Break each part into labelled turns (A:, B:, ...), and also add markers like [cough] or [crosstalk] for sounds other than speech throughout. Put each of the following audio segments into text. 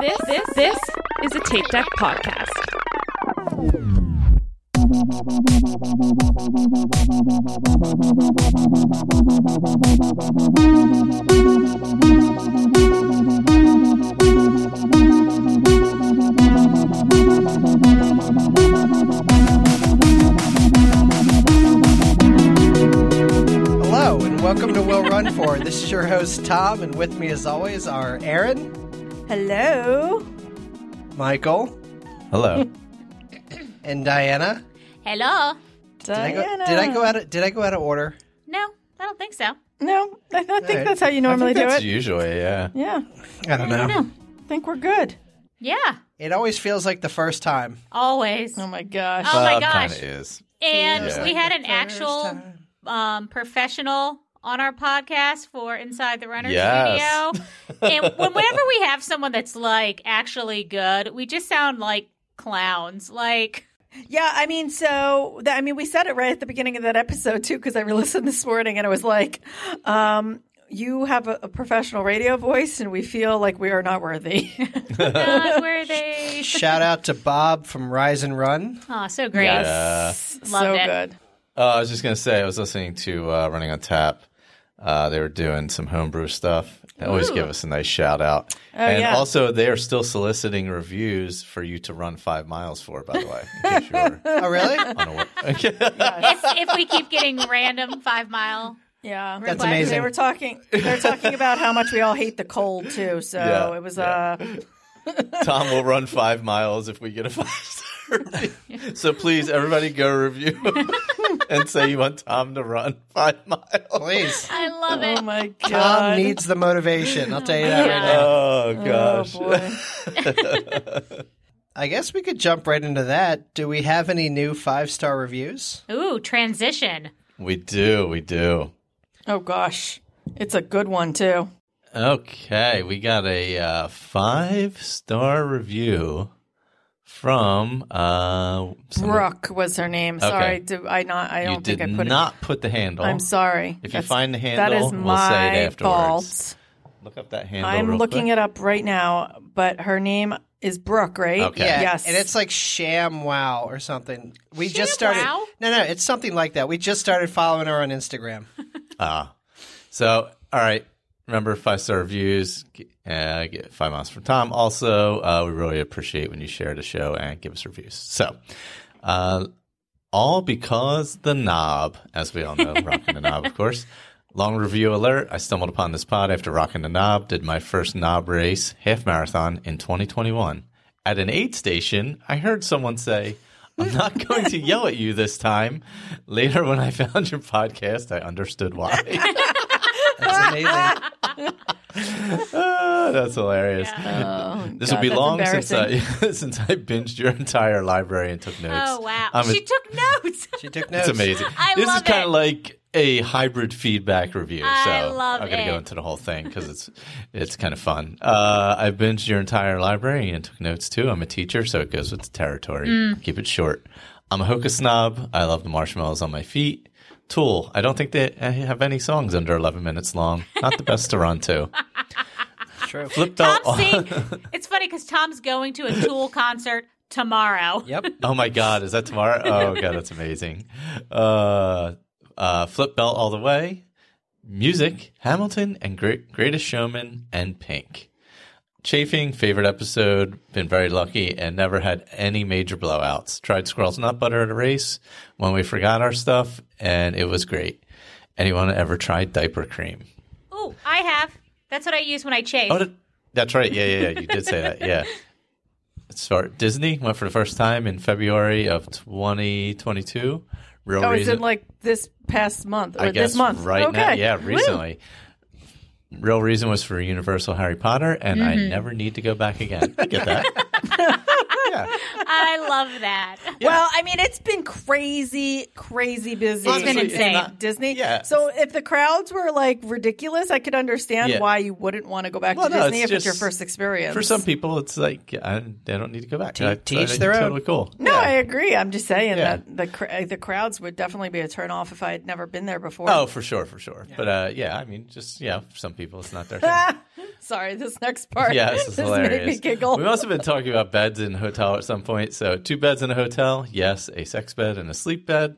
A: This this this is a tape deck podcast.
B: Hello and welcome to Will Run For. This is your host Tom, and with me, as always, are Aaron,
C: Hello.
B: Michael,
D: [laughs]
E: Hello.
B: and Diana.
D: Hello.
B: Did I, go,
C: Diana.
B: did I go out? Of, did I go out of order?
D: No, I don't think so.
C: No, I don't think
B: Alright.
C: that's how you normally do
E: That's
C: it.
E: usually, yeah.
C: Yeah,
B: I don't know.
C: I think we're good.
D: Yeah,
B: It always feels like the first time.
D: always.
C: Oh my gosh.
D: Oh my
E: Bob kinda
D: gosh.
E: is.
D: and
E: Yeah.
D: we had an
B: The first
D: actual
B: time.
D: um, professional on our podcast for Inside the Runner
E: Yes.
D: Studio. and whenever we have someone that's like actually good, we just sound like clowns. Like,
E: [laughs]
C: Yeah, I mean, so that, I mean, we said it right at the beginning of that episode too, because I [laughs] re-listened this morning and I was like, um, "You have a, a professional radio voice, and we feel like we are not worthy." [laughs]
D: not worthy.
B: Shout out to Bob from Rise and Run.
D: Oh, so great.
E: Yeah.
C: so
D: Loved it.
C: good.
E: Oh, I was just gonna say, I was listening to uh, Running on Tap. Uh, they were doing some homebrew stuff. They always
D: Ooh. Oh,
E: give us a nice shout out. and
C: yeah.
E: also, they are still soliciting reviews for you to run five miles for. By the way, in case you
D: [laughs]
E: were
B: Oh, really?
E: unaware. [laughs] Okay.
D: If, if we keep getting random five mile,
C: Yeah,
D: That's
B: amazing.
C: They were talking. They were talking about how much we all hate the cold too. So
E: Yeah,
C: it was.
E: yeah.
C: Uh,
E: Tom will run five miles if we get a [laughs] five star review. So please, everybody, go review [laughs] and say you want Tom to run five miles.
B: Please.
D: I love
E: [laughs]
C: oh
D: it.
C: my god.
B: Tom needs the motivation. I'll tell you that right now.
E: Oh
C: oh
E: gosh.
C: boy.
E: [laughs]
B: I guess we could jump right into that. Do we have any new five star reviews?
D: Ooh, transition.
E: We do, we do.
C: Oh gosh, it's a good one too.
E: Okay, we got a uh, five star review from uh, someone-
C: Brooke was her name. Sorry, do I not? I
E: You
C: don't
E: did
C: think I put
E: not
C: it.
E: put the handle.
C: I'm sorry.
E: If you find the
C: that
E: handle,
C: is
E: we'll say
C: my
E: it afterwards.
C: fault.
E: Look up that handle.
C: I'm
E: real
C: looking
E: quick.
C: it up right now, but her name is Brooke, right?
E: Okay.
B: Yeah.
C: Yes.
B: And it's like Sham Wow or something. We just
D: Sham
B: started.
D: Wow?
B: No, no, it's something like that. We just started following her on Instagram.
E: Ah, so all right. Remember five star reviews. g- Uh, get five miles from Tom. Also, uh, we really appreciate when you share the show and give us reviews. So, uh, all because the knob, as we all know, rocking the knob, of course. Long review alert. I stumbled upon this pod after rocking the knob. Did my first knob race half marathon in 2021. At an aid station, I heard someone say, I'm not going to yell at you this time. Later, when I [laughs] found your podcast, I understood why.
D: [laughs]
B: That's amazing.
E: Ah, that's hilarious. this will
C: God,
E: be
C: that's
E: long since [laughs] I since I binged your entire library and took notes.
D: Oh wow,
E: I'm a-
D: she took notes. [laughs]
B: She took notes.
E: [laughs] it's amazing.
D: I
E: this
D: love
E: is kind
D: it.
E: of like a hybrid feedback review.
D: I
E: so
D: love
E: I'm gonna
D: it.
E: go into the whole thing because it's it's kind of fun. Uh, I binged your entire library and took notes too. I'm a teacher, so it goes with the territory.
D: Mm.
E: Keep it short. I'm a Hoka snob. I love the marshmallows on my feet. Tool. I don't think they have any songs under 11 minutes long. Not the best to run
D: [laughs]
E: to.
B: True.
E: Flipped out. [laughs]
D: Tom's seeing. It's funny because Tom's going to a Tool concert tomorrow.
B: Yep.
E: Oh my God, is that tomorrow? Oh God, that's amazing. Uh, uh, Flip Belt All the Way, Music, Hamilton, and great, Greatest Showman, and Pink. Chafing, favorite episode, been very lucky and never had any major blowouts. Tried Squirrel's Nut Butter at a race when we forgot our stuff, and it was great. Anyone ever tried diaper cream?
D: Ooh, I have. That's what I use when I chase.
E: Oh, that- that's right. Yeah, yeah, yeah. You did say that. Yeah. Sorry. Disney went for the first time in February of 2022. Real
C: Oh, it's
E: reason.
C: in like this past month or
E: I guess
C: this month,
E: right
C: okay.
E: now. Yeah,
C: Woo.
E: recently. Real reason was for Universal Harry Potter, and I
C: Mm-hmm.
E: never need to go back again. I get that.
C: [laughs]
D: I
E: [laughs]
D: love that.
C: Well, I mean, it's been crazy, crazy busy.
D: It's been insane.
E: not-
C: Disney.
E: Yeah.
C: So if the crowds were like ridiculous, I could understand
E: Yeah.
C: why you wouldn't want to go back
E: Well,
C: to
E: no,
C: Disney
E: it's
C: if it's your
E: just-
C: first experience.
E: for some people, it's like I, they don't need to go back. I- I
B: teach
E: think
B: their own.
E: Totally cool.
C: No, I agree. I'm just saying
E: Yeah.
C: that the cr- the crowds would definitely be a turnoff if I had never been there before. [laughs]
E: Oh, for sure, for sure. But uh, yeah, I mean, just yeah, for some people, it's not their thing.
C: Sorry, this next part.
E: Yeah,
C: [laughs]
E: this is
C: made me
E: hilarious.
C: giggle.
E: We must have been talking about beds in a hotel at some point. So, two beds in a hotel. Yes, a sex bed and a sleep bed.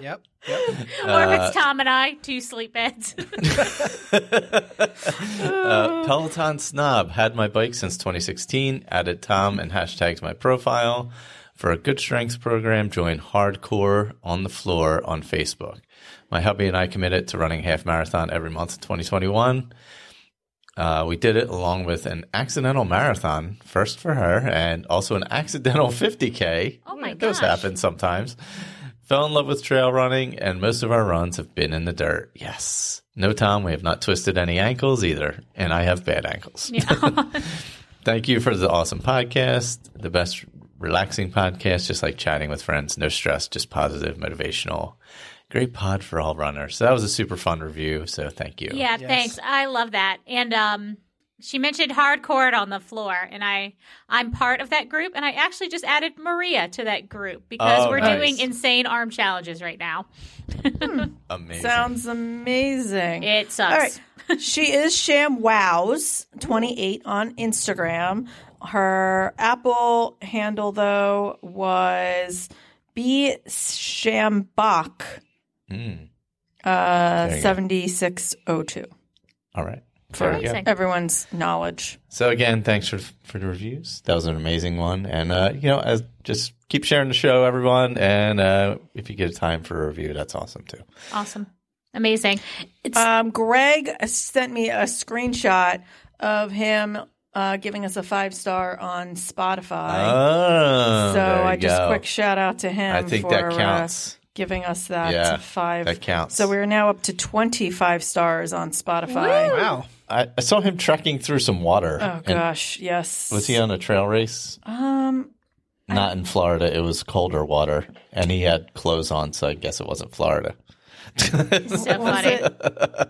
B: Yep. Yep.
D: or if it's Tom and I, two sleep
E: [laughs]
D: beds.
C: [laughs]
E: Uh, Peloton snob had my bike since 2016. Added Tom and hashtags my profile for a good strength program. Join hardcore on the floor on Facebook. My hubby and I committed to running half marathon every month in 2021. Uh, we did it along with an accidental marathon, first for her, and also an accidental 50k.
D: Oh my
E: Those
D: gosh.
E: happen sometimes. Fell in love with trail running, and most of our runs have been in the dirt. Yes. No, Tom, we have not twisted any ankles either, and I have bad ankles. Thank you for the awesome podcast, the best relaxing podcast, just like chatting with friends. No stress, just positive, motivational. Great pod for all runners. So that was a super fun review. So thank you.
D: Yeah, thanks. I love that. And um, she mentioned hardcore on the floor, and I I'm part of that group, and I actually just added Maria to that group because
E: Oh,
D: we're
E: nice.
D: doing insane arm challenges right now.
E: Amazing.
C: Sounds amazing.
D: It sucks.
C: All right. she is Sham Wows 28 on Instagram. Her Apple handle though was B Shambach
E: Mm.
C: uh,
E: There you go.
C: 7602
E: All right.
C: for
E: There we go.
D: Amazing.
C: everyone's knowledge.
E: So again, thanks for for the reviews. That was an amazing one, and uh, you know, as, just keep sharing the show, everyone. And uh, if you get time for a review, that's awesome too.
D: Awesome. Amazing. It's
C: Um, Greg sent me a screenshot of him uh, giving us a five star on Spotify.
E: Oh,
C: so
E: there you
C: I just
E: go.
C: quick shout out to him.
E: I think
C: for,
E: that
C: uh,
E: counts.
C: giving us that
E: Yeah,
C: five.
E: that counts.
C: So we're now up to 25 stars on Spotify.
B: Wow.
E: I, I saw him trekking through some water.
C: Oh,
E: and
C: gosh. Yes.
E: was he on a trail race?
C: Um,
E: Not in Florida. It was colder water, and he had clothes on, so I guess it wasn't Florida.
D: so
C: was
D: funny.
C: it?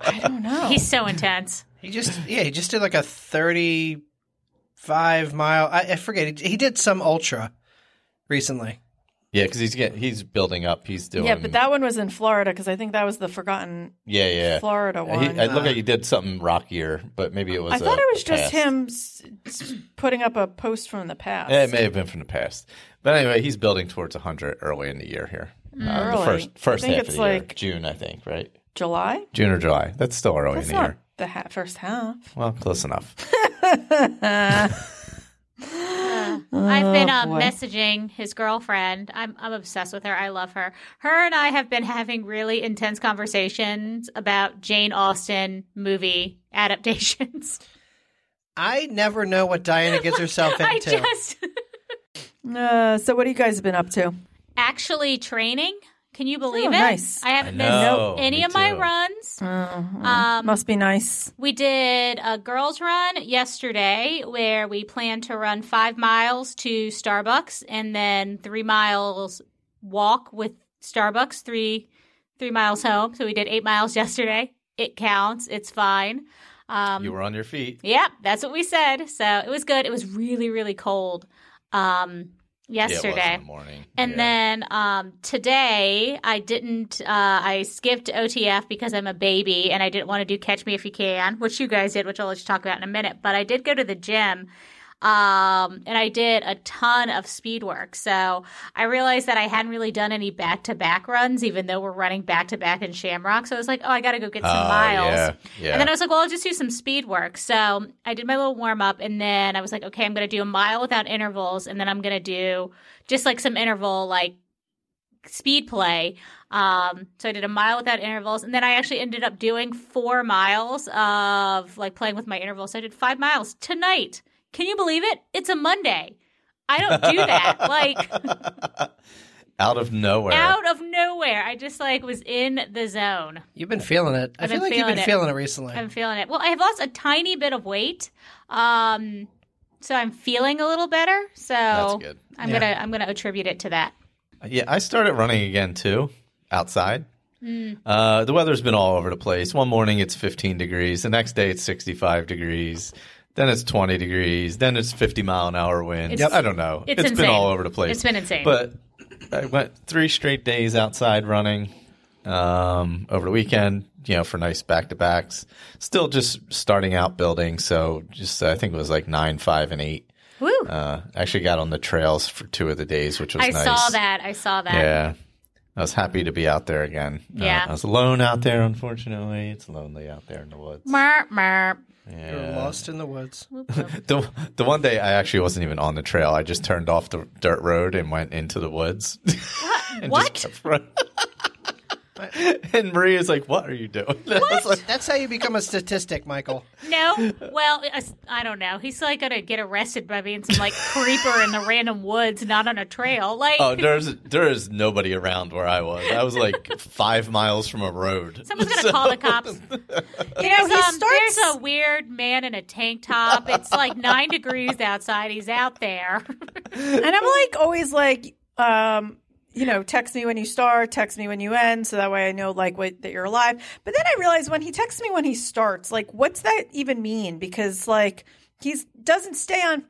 C: I don't know.
D: He's so intense.
B: He just yeah, he just did like a thirty-five mile. I, I forget. He, he did some ultra recently.
E: Yeah, because he's get, he's building up. He's doing.
C: yeah, but that one was in Florida because I think that was the forgotten
E: yeah yeah.
C: Florida
E: He,
C: one. uh,
E: I look like he did something rockier, but maybe it was.
C: I thought
E: a-
C: it
E: a
C: was just
E: pass.
C: him s- s- putting up a post from the past.
E: Yeah, It may have been from the past, but anyway, he's building towards 100 early in the year here. Uh, the
C: Mm, Early.
E: first first
C: I think
E: half
C: it's
E: of the year,
C: like-
E: June, I think, right?
C: July?
E: June or July. That's still early
C: That's
E: in the
C: not
E: year.
C: the ha- first half.
E: Well, close enough.
D: I've
C: Oh,
D: been uh, messaging his girlfriend. I'm I'm obsessed with her. I love her. Her and I have been having really intense conversations about Jane Austen movie
E: [laughs]
D: adaptations.
B: I never know what Diana
D: [laughs]
B: gets herself
D: I
B: into.
D: just
C: Uh, so what have you guys been up to?
D: actually training. Can you believe
C: Oh,
D: it?
C: nice.
D: I haven't
E: I know.
D: missed any
E: Me
D: of my
E: too.
D: runs.
C: Must be nice.
D: We did a girls' run yesterday where we planned to run five miles to Starbucks and then three miles walk with Starbucks, three three miles home. So we did eight miles [laughs] yesterday. It counts. It's fine. Um,
E: you were on your feet.
D: Yep, that's what we said. So it was good. It was really, really cold um,
E: Yeah, it was
D: yesterday.
E: in the morning.
D: And
E: Yeah.
D: then um, today, I didn't. Uh, I skipped OTF because I'm a baby and I didn't want to do Catch Me If You Can, which you guys did, which I'll let you talk about in a minute. But I did go to the gym. Um, and I did a ton of speed work. So I realized that I hadn't really done any back to back runs, even though we're running back to back in Shamrock. So I was like, oh, I got to go get some
E: Oh,
D: miles.
E: yeah, yeah.
D: And then I was like, well, I'll just do some speed work. So I did my little warm up, and then I was like, okay, I'm going to do a mile without intervals, and then I'm going to do just like some interval, like speed play. Um, so I did a mile without intervals, and then I actually ended up doing four miles of like playing with my intervals. So I did five miles tonight. Can you believe it? It's a Monday. I don't
E: [laughs]
D: do that. like
E: out of nowhere.
D: out of nowhere, I just like was in the zone.
B: You've been feeling it. I
D: I've
B: feel
D: been
B: like you've been
D: feeling it.
B: feeling it recently.
D: I'm feeling it. Well, I have lost a tiny bit of weight, um, so I'm feeling a little better. So
E: That's good.
D: I'm
B: Yeah.
D: gonna I'm gonna attribute it to that.
E: Yeah, I started running again too, outside.
D: Mm.
E: Uh, the weather's been all over the place. One morning it's 15 degrees, the next day it's 65 degrees, then it's 20 degrees, then it's 50 mile an hour winds.
D: It's-
E: I don't know.
D: it's
E: it's been
D: insane.
E: all over the place.
D: It's been insane.
E: But I went three straight days outside running. um, over the weekend, you know, for nice back to backs. Still just starting out building. So just, I think it was like nine, five, and eight.
D: Woo!
E: Uh, actually got on the trails for two of the days, which was
D: I
E: nice.
D: saw that. I saw that.
E: Yeah. I was happy to be out there again. Uh,
D: Yeah.
E: I was alone out there, unfortunately. It's lonely out there in the woods.
D: Merp, merp.
B: You're
E: Yeah.
B: lost in the woods.
D: Whoop, whoop.
E: The, the one day I actually wasn't even on the trail. I just turned off the dirt road and went into the woods. [laughs] And
D: what?
E: just kept running. [laughs] and Maria's like, What are you doing? [laughs] I was like,
B: That's how you become a statistic, Michael.
D: No. Well, I s- I don't know. He's like gonna get arrested by being some like creeper in the random woods, not on a trail. Like
E: Oh, there's there is nobody around where I was. I was like five miles from a road.
D: someone's gonna call the
E: [laughs]
D: cops.
C: You know,
D: There's,
C: he
D: um,
C: starts.
D: there's a weird man in a tank top. It's like nine degrees outside. He's out there. [laughs]
C: and I'm like always like, um, you know, text me when you start, text me when you end, so that way I know like what that you're alive. But then I realized when he texts me when he starts, like, what's that even mean? Because like he's doesn't stay on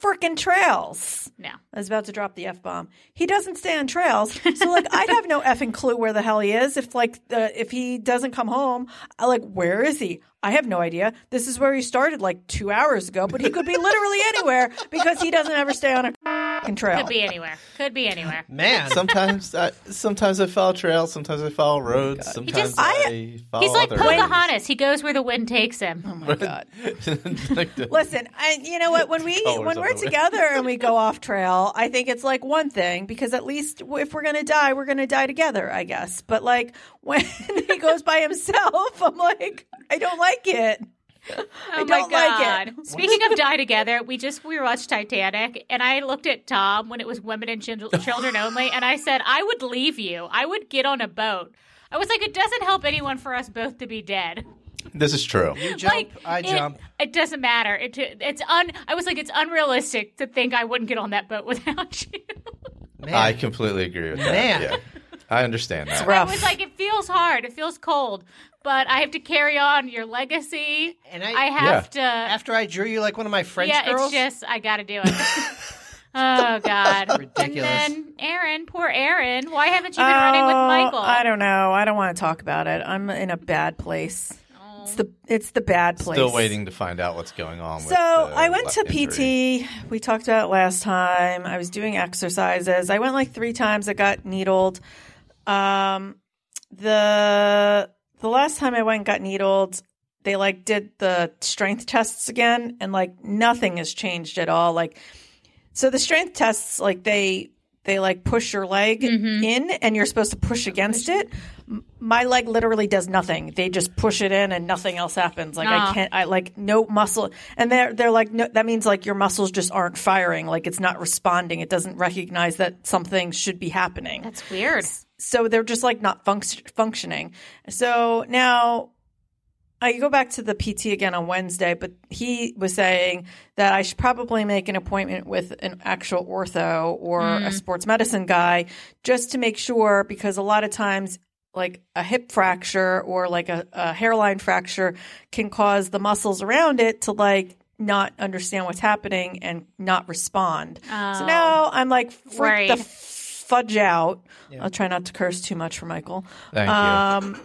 C: freaking trails.
D: No.
C: I was about to drop the f bomb. He doesn't stay on trails, so like I'd have no effing clue where the hell he is if like the, if he doesn't come home. I like where is he? I have no idea. This is where he started like two hours ago, but he could be literally anywhere because he doesn't ever stay on a f***ing trail.
D: Could be anywhere. Could be anywhere.
B: Man,
E: sometimes I sometimes I follow trails, sometimes I follow roads, sometimes
D: just-
E: I, follow
D: He's like
E: other [laughs]
D: Pocahontas. He goes where the wind takes
C: oh
D: him.
C: my god.
E: roads. [laughs] Like the-
C: Listen, I, you know what? When we
E: Colors
C: when
E: of the
C: we're
E: wind.
C: together and
E: [laughs]
C: we go off trail, I think it's like one thing because at least if we're gonna die, we're gonna die together, I guess. But like [laughs] when he goes by himself, I'm like, I don't like it.
D: [laughs] Oh my
C: I don't like
D: god! [laughs]
C: it.
D: Speaking of die together, we just we watched Titanic, and I looked at Tom when it was women and
C: [laughs]
D: chil- children only, and I said I would leave you. I would get on a boat. I was like, it doesn't help anyone for us both to be dead.
E: this is true.
B: you jump,
D: like
B: I
D: it-
B: jump.
D: It, doesn't matter. It it's un. I was like, it's unrealistic to think I wouldn't get on that boat [laughs] without you.
B: Man,
E: I completely agree with that.
B: Man.
E: Yeah. I understand that.
D: I was like, it feels hard. It feels cold, but I have to carry on your legacy.
B: and
D: I,
B: I,
D: have to.
B: after I drew you like one of my French
D: yeah,
B: girls.
D: it's just I got to do
C: [laughs]
D: it. oh God!
B: Ridiculous.
D: And then Aaron, poor Aaron. Why haven't you been running with Michael?
C: Oh, I don't know. I don't want to talk about it. I'm in a bad place.
D: Oh.
C: It's the it's the bad place.
E: Still waiting to find out what's going on.
C: So
E: with the
C: I went
E: left
C: to
E: injury.
C: PT. We talked about it last time. I was doing exercises. I went like three times. I got needled. Um, the the last time I went and got needled, they like did the strength tests again, and like nothing has changed at all. Like so the strength tests like they they like push your leg in and you're supposed to push against it. M- My leg literally does nothing. They just push it in and nothing else happens. Like I
D: Ah.
C: can't I like no muscle and they're they're like no that means like your muscles just aren't firing. Like it's not responding. It doesn't recognize that something should be happening
D: That's weird.
C: so they're just like not func- functioning. So now I go back to the PT again on Wednesday, but he was saying that I should probably make an appointment with an actual ortho or a sports medicine guy just to make sure because a lot of times like a hip fracture or like a, a hairline fracture can cause the muscles around it to like not understand what's happening and not respond. So now I'm like freak the
D: Worried.
C: fudge out. I'll try not to curse too much for Michael
E: Thank
C: um,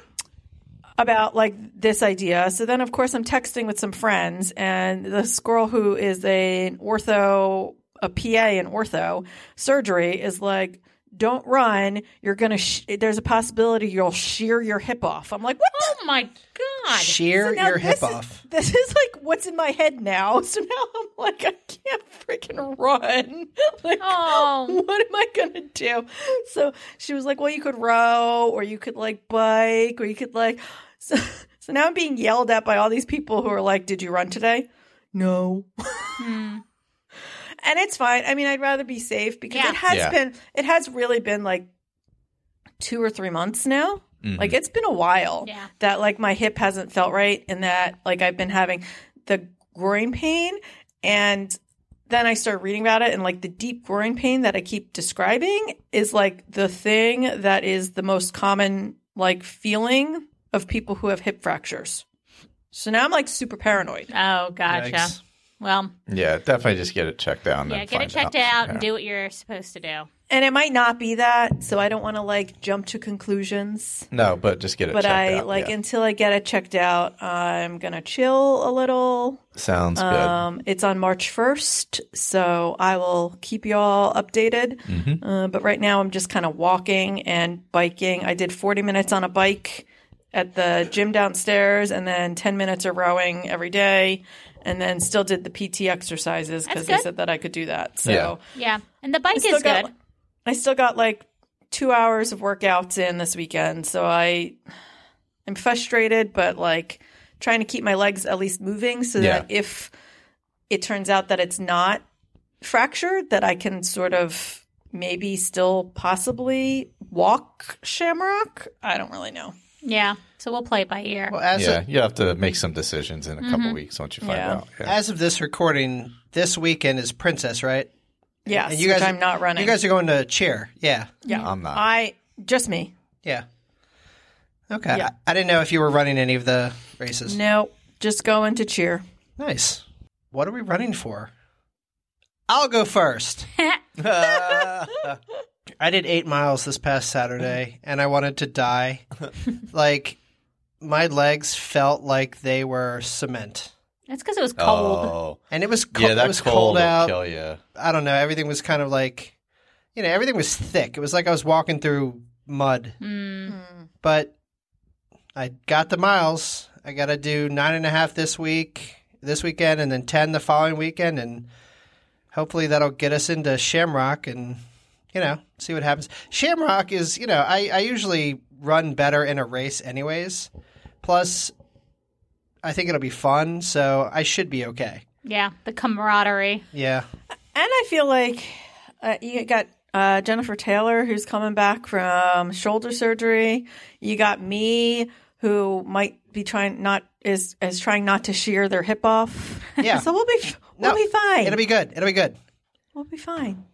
C: about like this idea. So then, of course, I'm texting with some friends, and this girl who is an ortho, a PA in ortho surgery, is like, "Don't run. You're gonna. Sh- there's a possibility you'll shear your hip off." I'm like, "What?" the-
D: Oh my God!
B: Shear
C: now
B: your
C: this
B: hip
C: is-
B: off.
C: This is like what's in my head now. [laughs] So now I'm like, I can't freaking run. [laughs] Like,
D: Oh.
C: [laughs] what am I gonna do? So she was like, well, you could row, or you could like bike, or you could like. [laughs] So, so now I'm being yelled at by all these people who are like, did you run today? No.
D: hmm.
C: and it's fine. I mean, I'd rather be safe because
D: Yeah.
C: it has
E: Yeah.
C: been, it has really been like two or three months now.
E: Mm-hmm.
C: Like it's been a while
D: Yeah.
C: that like my hip hasn't felt right and that like I've been having the groin pain and then I started reading about it and like the deep groin pain that I keep describing is like the thing that is the most common like feeling of people who have hip fractures. So now I'm like super paranoid.
D: Oh, gotcha.
B: Yikes.
D: Well,
E: Yeah, definitely just get it checked out. and
D: yeah,
E: then
D: get it
E: find
D: checked out,
E: out.
D: and do what you're supposed to do.
C: and it might not be that, so I don't want to like jump to conclusions.
E: No, but just get it.
C: But
E: checked
C: I
E: out,
C: like
E: yeah.
C: until I get it checked out, I'm gonna chill a little.
E: Sounds
C: Um, it's on March 1st, so I will keep you all updated.
E: Mm-hmm.
C: Uh, but right now, I'm just kind of walking and biking. I did 40 minutes on a bike at the gym downstairs, and then 10 minutes of rowing every day, and then still did the PT exercises
D: That's
C: because they
D: good.
C: said that I could do that. So
E: Yeah.
D: Yeah, and the bike
C: I still
D: is
C: got,
D: good.
C: I still got like two hours of workouts in this weekend, so I I'm frustrated, but like trying to keep my legs at least moving so that if it turns out that it's not fractured, that I can sort of maybe still possibly walk Shamrock. I don't really know.
D: Yeah, so we'll play it by ear.
B: Well, as
E: good. Yeah,
B: of,
E: you have to make some decisions in a couple weeks once you find
C: Yeah.
E: out. Yeah.
B: as of this recording, this which is Princess, right?
C: Yes,
B: And you
C: which
B: guys-
C: I'm not running.
B: You guys are going to cheer. Yeah.
C: yeah,
E: I'm not.
C: I just me.
B: Yeah. Okay.
C: Yeah.
B: I, I didn't know if you were running any of the races.
C: No, just going to cheer.
B: Nice. What are we running for? I'll go first. Uh, I did eight miles this past Saturday and I wanted to die. like, my legs felt like they were cement.
D: That's because it was cold.
E: Oh,
B: And it was, co-
E: yeah, that
B: it was
E: cold,
B: cold
E: will
B: out.
E: Kill you.
B: I don't know. Everything was kind of like, you know, everything was thick. It was like I was walking through mud.
D: Mm.
C: Hmm.
B: But I got the miles. I got to do nine and a half this week, this weekend, and then 10 the following weekend. And hopefully that'll get us into Shamrock and, you know, see what happens. Shamrock is, you know, I, I usually run better in a race, anyways. Plus, I think it'll be fun. So I should be okay.
D: Yeah, the camaraderie.
B: Yeah.
C: And I feel like uh, you got uh, Jennifer Taylor, who's coming back from shoulder surgery. You got me, who might be trying not is is trying not to shear their hip off.
B: Yeah.
C: [laughs] so we'll be we'll
B: No,
C: be fine.
B: It'll be good. It'll be good.
C: we'll be fine.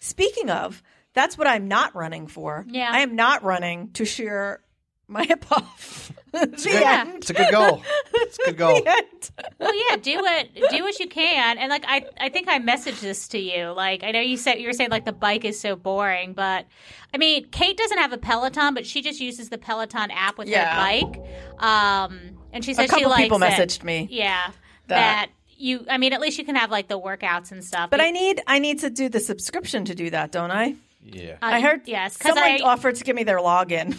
C: Speaking of, that's what I'm not running for.
D: Yeah.
C: I am not running to shear my hip off. [laughs] the
B: Good.
C: end.
B: It's a good goal. It's a good
D: [laughs]
B: goal.
C: The end.
D: Well, yeah, do what do what you can. And like I, I think I messaged this to you. Like I know you said you were saying like the bike is so boring, but I mean Kate doesn't have a Peloton, but she just uses the Peloton app with
C: Yeah.
D: her bike. Um, and she
C: A
D: says she
C: couple
D: likes
C: people
D: it.
C: messaged me.
D: Yeah, that.
C: that.
D: you. I mean, at least you can have like the workouts and stuff.
C: But I need I need to do the subscription to do that, don't I?
E: Yeah.
C: [laughs]
E: [laughs]
D: Uh,
C: I heard
D: yes, because
C: Someone
D: I
C: offered to give me their login.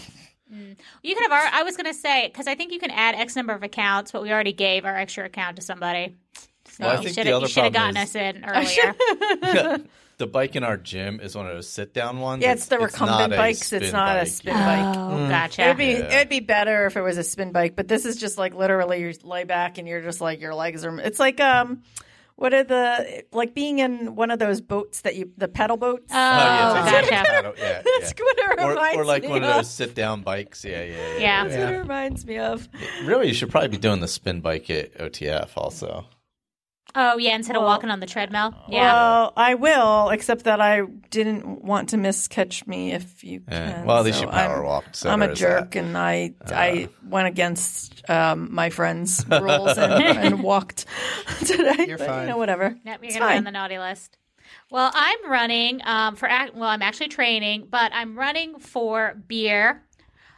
C: [laughs]
D: you can have. Our, I was gonna say because I think you can add X number of accounts, but we already gave our extra account to somebody. So
E: Well, I
D: you
E: think
D: should
E: the
D: have
E: other
D: you should have
E: problem
D: gotten
E: is-
D: us in earlier.
E: the bike in our gym is one of those sit down ones.
C: Yeah, it's the recumbent
E: not a
C: bikes. It's
E: spin
C: not a
E: bike.
C: spin bike.
D: Oh, gotcha.
C: It'd be
E: Yeah.
C: it'd be better if it was a spin bike, but this is just like literally you lay back and you're just like your legs are. It's like um, what are the like being in one of those boats that you the pedal boats?
E: Oh,
D: Oh,
E: yeah, it's
D: gotcha.
E: exactly how to- yeah, yeah.
C: [laughs] That's what it reminds
E: Or, or like
C: me
E: one of
C: of.
E: those sit down bikes. Yeah, yeah, yeah.
D: Yeah.
C: That's what it reminds me of.
E: Really, you should probably be doing the spin bike at OTF also.
D: Oh yeah, instead of walking on the treadmill. Yeah.
C: Well, I will, except that I didn't want to miss catch me if you
E: Yeah.
C: can.
E: Eh, well, at least
C: so
E: you power
C: I'm-
E: walked. So
C: I'm a
E: there's that. Uh.
C: jerk, and I I went against um, my friend's rules and, and walked [laughs] today.
B: You're
C: but,
B: fine.
C: You know, whatever.
D: Yep, you're
C: It's
D: gonna be on the
C: fine.
D: naughty list. Well, I'm running um, for act- well, I'm actually training, but I'm running for beer.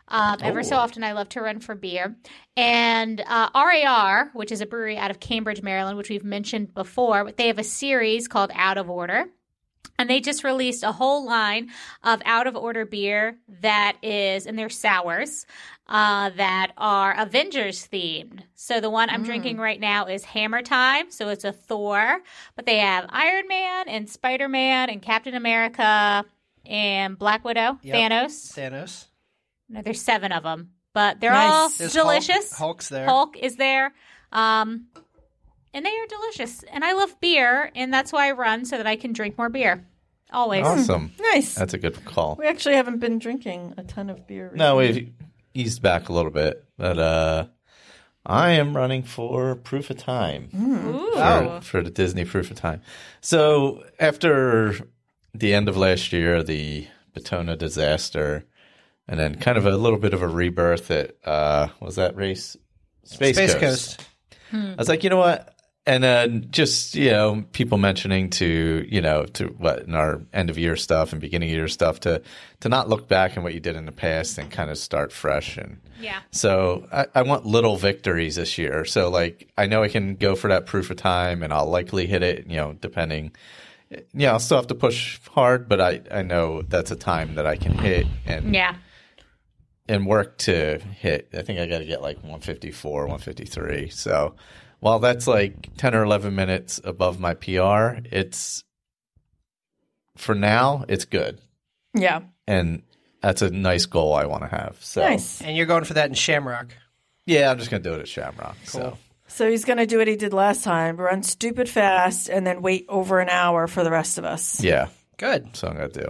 D: Um, ever so often, I love to run for beer. And uh, RAR, which is a brewery out of Cambridge, Maryland, which we've mentioned before, but they have a series called Out of Order. And they just released a whole line of out of order beer that is, and they're sours uh, that are Avengers themed. So the one I'm drinking right now is Hammer Time. So it's a Thor, but they have Iron Man and Spider Man and Captain America and Black Widow,
B: Yep.
D: Thanos.
B: Thanos.
D: No, there's seven of them, but they're
C: Nice.
D: all
B: There's
D: delicious.
B: Hulk. Hulk's there.
D: Hulk is there. Um, and they are delicious. And I love beer, and that's why I run so that I can drink more beer. Always.
C: Oh.
E: Awesome.
C: [laughs] Nice.
E: That's a good call.
C: we actually haven't been drinking a ton of beer.
E: No, we've eased back a little bit, but uh, I am running for proof of time.
D: Ooh.
E: for, for the Disney proof of time. So after the end of last year, the Batona disaster, and then kind of a little bit of a rebirth at uh, was that race Space,
B: Space
E: Coast.
B: Coast.
E: I was like, you know what? and uh, just you know, people mentioning to you know to what in our end of year stuff and beginning of year stuff to to not look back on what you did in the past and kind of start fresh. And
D: Yeah.
E: so I, I want little victories this year. So like I know I can go for that proof of time, and I'll likely hit it. You know, depending. Yeah, I'll still have to push hard, but I, I know that's a time that I can hit and
D: Yeah.
E: and work to hit. I think I got to get like 154, 153. So while that's like 10 or 11 minutes above my PR, it's for now, it's good.
C: Yeah.
E: And that's a nice goal I want to have. So
C: Nice.
B: And you're going for that in Shamrock.
E: yeah, I'm just going to do it at Shamrock. So
C: So he's going to do what he did last time run stupid fast and then wait over an hour for the rest of us.
E: yeah,
B: Good.
E: so I'm going to do.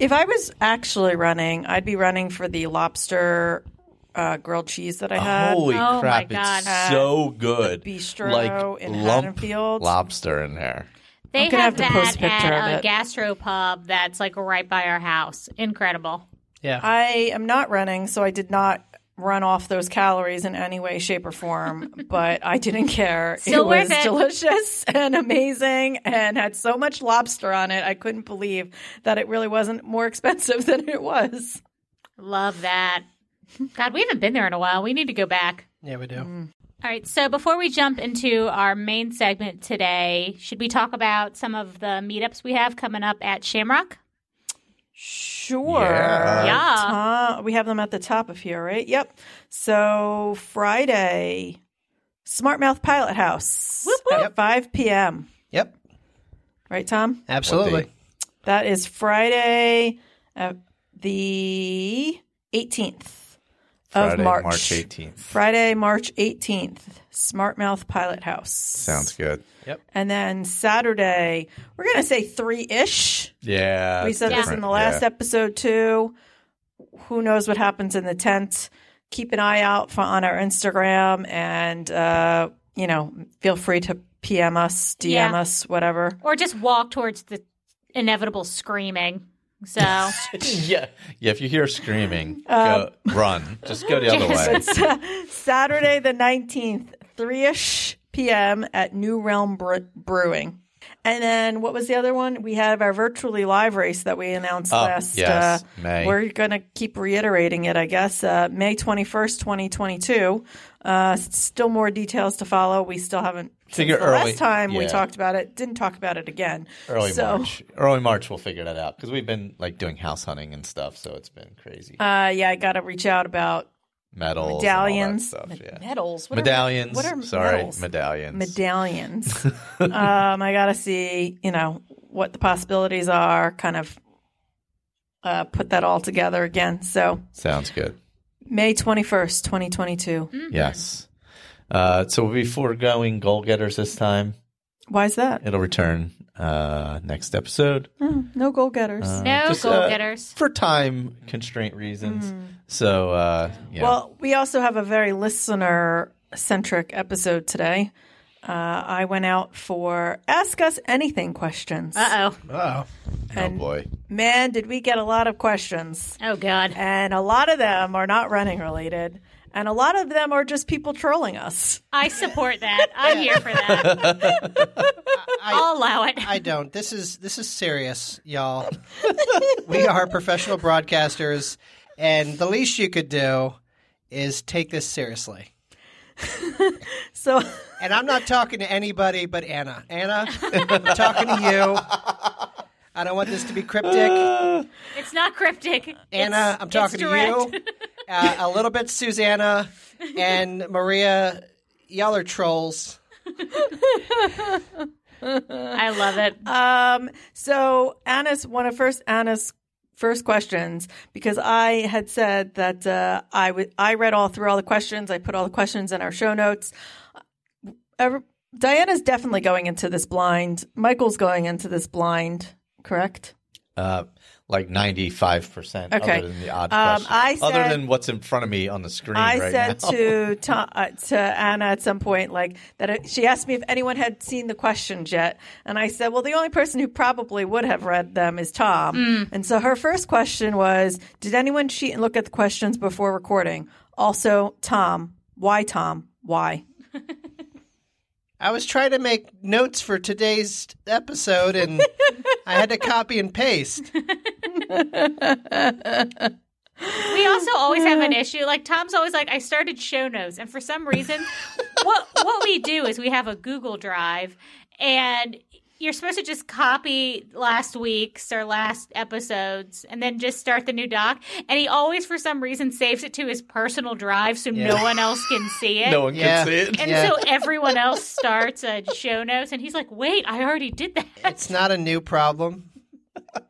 C: If I was actually running, I'd be running for the lobster uh, grilled cheese that I had.
E: Holy
D: Oh my
E: crap,
D: God.
E: it's so good.
C: Uh, bistro in
E: lump
C: Haddonfield.
E: lobster in there.
D: They
C: I'm gonna
D: have,
C: have to post
D: that
C: a picture
D: at
C: of
D: a
C: it.
D: gastro pub that's like right by our house. Incredible.
B: Yeah.
C: I am not running, so I did not run off those calories in any way, shape, or form, but I didn't care.
D: Still
C: it
D: worth
C: was
D: it.
C: delicious [laughs] and amazing and had so much lobster on it. I couldn't believe that it really wasn't more expensive [laughs] than it was.
D: Love that. God, we haven't been there in a while. We need to go back.
B: yeah, we do.
D: All right. So before we jump into our main segment today, should we talk about some of the meetups we have coming up at Shamrock?
C: Sure.
E: Yeah.
D: yeah.
C: Uh, we have them at the top of here, right? Yep. So Friday, Smart Mouth Pilot House at 5 p.m.
B: Yep.
C: Right, Tom?
B: Absolutely.
E: date?
C: That is Friday, uh, the 18th
E: Friday,
C: of March.
E: March 18th.
C: Friday, March 18th, Smart Mouth Pilot House.
E: Sounds good.
C: And then Saturday, we're going to say three ish.
E: Yeah.
C: We said this in
E: different.
C: the last
E: Yeah.
C: episode too. Who knows what happens in the tent? Keep an eye out for on our Instagram, and uh, you know, feel free to PM us, DM
D: Yeah.
C: us, whatever.
D: Or just walk towards the inevitable screaming.
E: [laughs]
D: So
C: [laughs]
E: yeah, yeah. If you hear screaming, go,
C: Um,
E: run. Just go the
C: [laughs]
E: other way.
C: It's, uh, Saturday the 19th, 3 ish p.m. at New Realm Bre- Brewing. And then what was the other one? We have our virtually live race that we announced
E: Oh,
C: last.
E: yes,
C: uh,
E: May.
C: We're going to keep reiterating it, I guess. Uh, May 21st, 2022. Uh, s- still more details to follow. We still haven't. since
E: Figure
C: the
E: early,
C: Last time we
E: yeah.
C: talked about it, didn't talk about it again.
E: Early
C: so,
E: March. Early March, we'll figure that out because we've been like doing house hunting and stuff, so it's been crazy.
C: Uh, yeah, I got to reach out about
E: Medals,
C: medallions,
E: and all that stuff, yeah.
C: medals, What are-
E: medallions.
C: what are
E: sorry,
C: medals?
E: medallions.
C: medallions. um, I gotta see, you know, what the possibilities are. Kind of uh, put that all together again. So
E: Sounds good.
C: May twenty first, twenty twenty two.
E: Yes. Uh, so we'll be foregoing goal getters this time.
C: Why is that?
E: It'll return uh, next episode.
C: Oh, no goal getters.
D: no
E: Just,
D: goal
E: uh,
D: getters.
E: for time constraint reasons. So uh, yeah.
C: Mm-hmm. Well, we also have a very listener centric episode today. Uh, I went out for ask us anything questions.
D: Uh oh.
B: Oh.
E: oh boy.
C: Man, did we get a lot of questions.
D: Oh God.
C: and a lot of them are not running related and a lot of them are just people trolling us
D: I support that. I'm here
B: [laughs]
D: for that. I'll allow it.
B: I don't. This is this is serious,
D: [laughs]
B: y'all. we are professional broadcasters, and the least you could do is take this seriously.
C: so [laughs]
B: And I'm not talking to anybody but Anna. Anna, I'm talking to you. I don't want this to be cryptic.
D: It's not cryptic.
B: Anna,
D: It's-
B: I'm talking
D: it's
B: to
D: direct.
B: you. Uh, a little bit, Susanna and Maria. Y'all are trolls.
D: I love it.
C: um so anna's one of first anna's first questions because i had said that uh, i would i read all through all the questions i put all the questions in our show notes Ever- diana's definitely going into this blind michael's going into this blind correct
E: Uh, like ninety-five percent.
C: Okay.
E: Other than the odd
C: Um,
E: question.
C: I
E: other
C: said-
E: than what's in front of me on the screen.
C: I
E: right
C: said
E: now.
C: to to, uh, to Anna at some point, like that. It, she asked me if anyone had seen the questions yet, and I said, "Well, the only person who probably would have read them is Tom." And so her first question was, "Did anyone cheat and look at the questions before recording?" Also, Tom, why Tom? Why?
B: I was trying to make notes for today's episode and I had to copy and paste.
D: We also always have an issue. Like Tom's always like, I started show notes, and for some reason, what what we do is we have a Google Drive, and you're supposed to just copy last week's or last episodes, and then just start the new doc. And he always, for some reason, saves it to his personal drive so
B: Yeah.
D: no one else can see
E: [laughs]
D: it.
E: No one
B: Yeah.
E: can see it.
D: and
B: Yeah.
D: so everyone else starts a show notes, and he's like, "Wait, I already
B: [laughs]
D: did that."
B: It's not a new problem.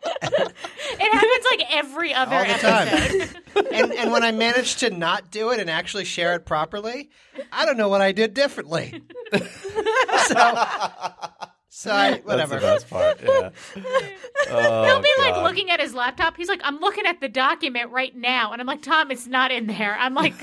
D: It happens like every other
B: All the time.
D: episode.
B: And and when I managed to not do it and actually share it properly, I don't know what I did differently. [laughs] so so I, whatever.
E: That's the best part.
C: [laughs]
E: Yeah. Oh,
D: He'll be like
E: God.
D: looking at his laptop. He's like, I'm looking at the document right now. And I'm like, Tom, it's not in there. I'm like,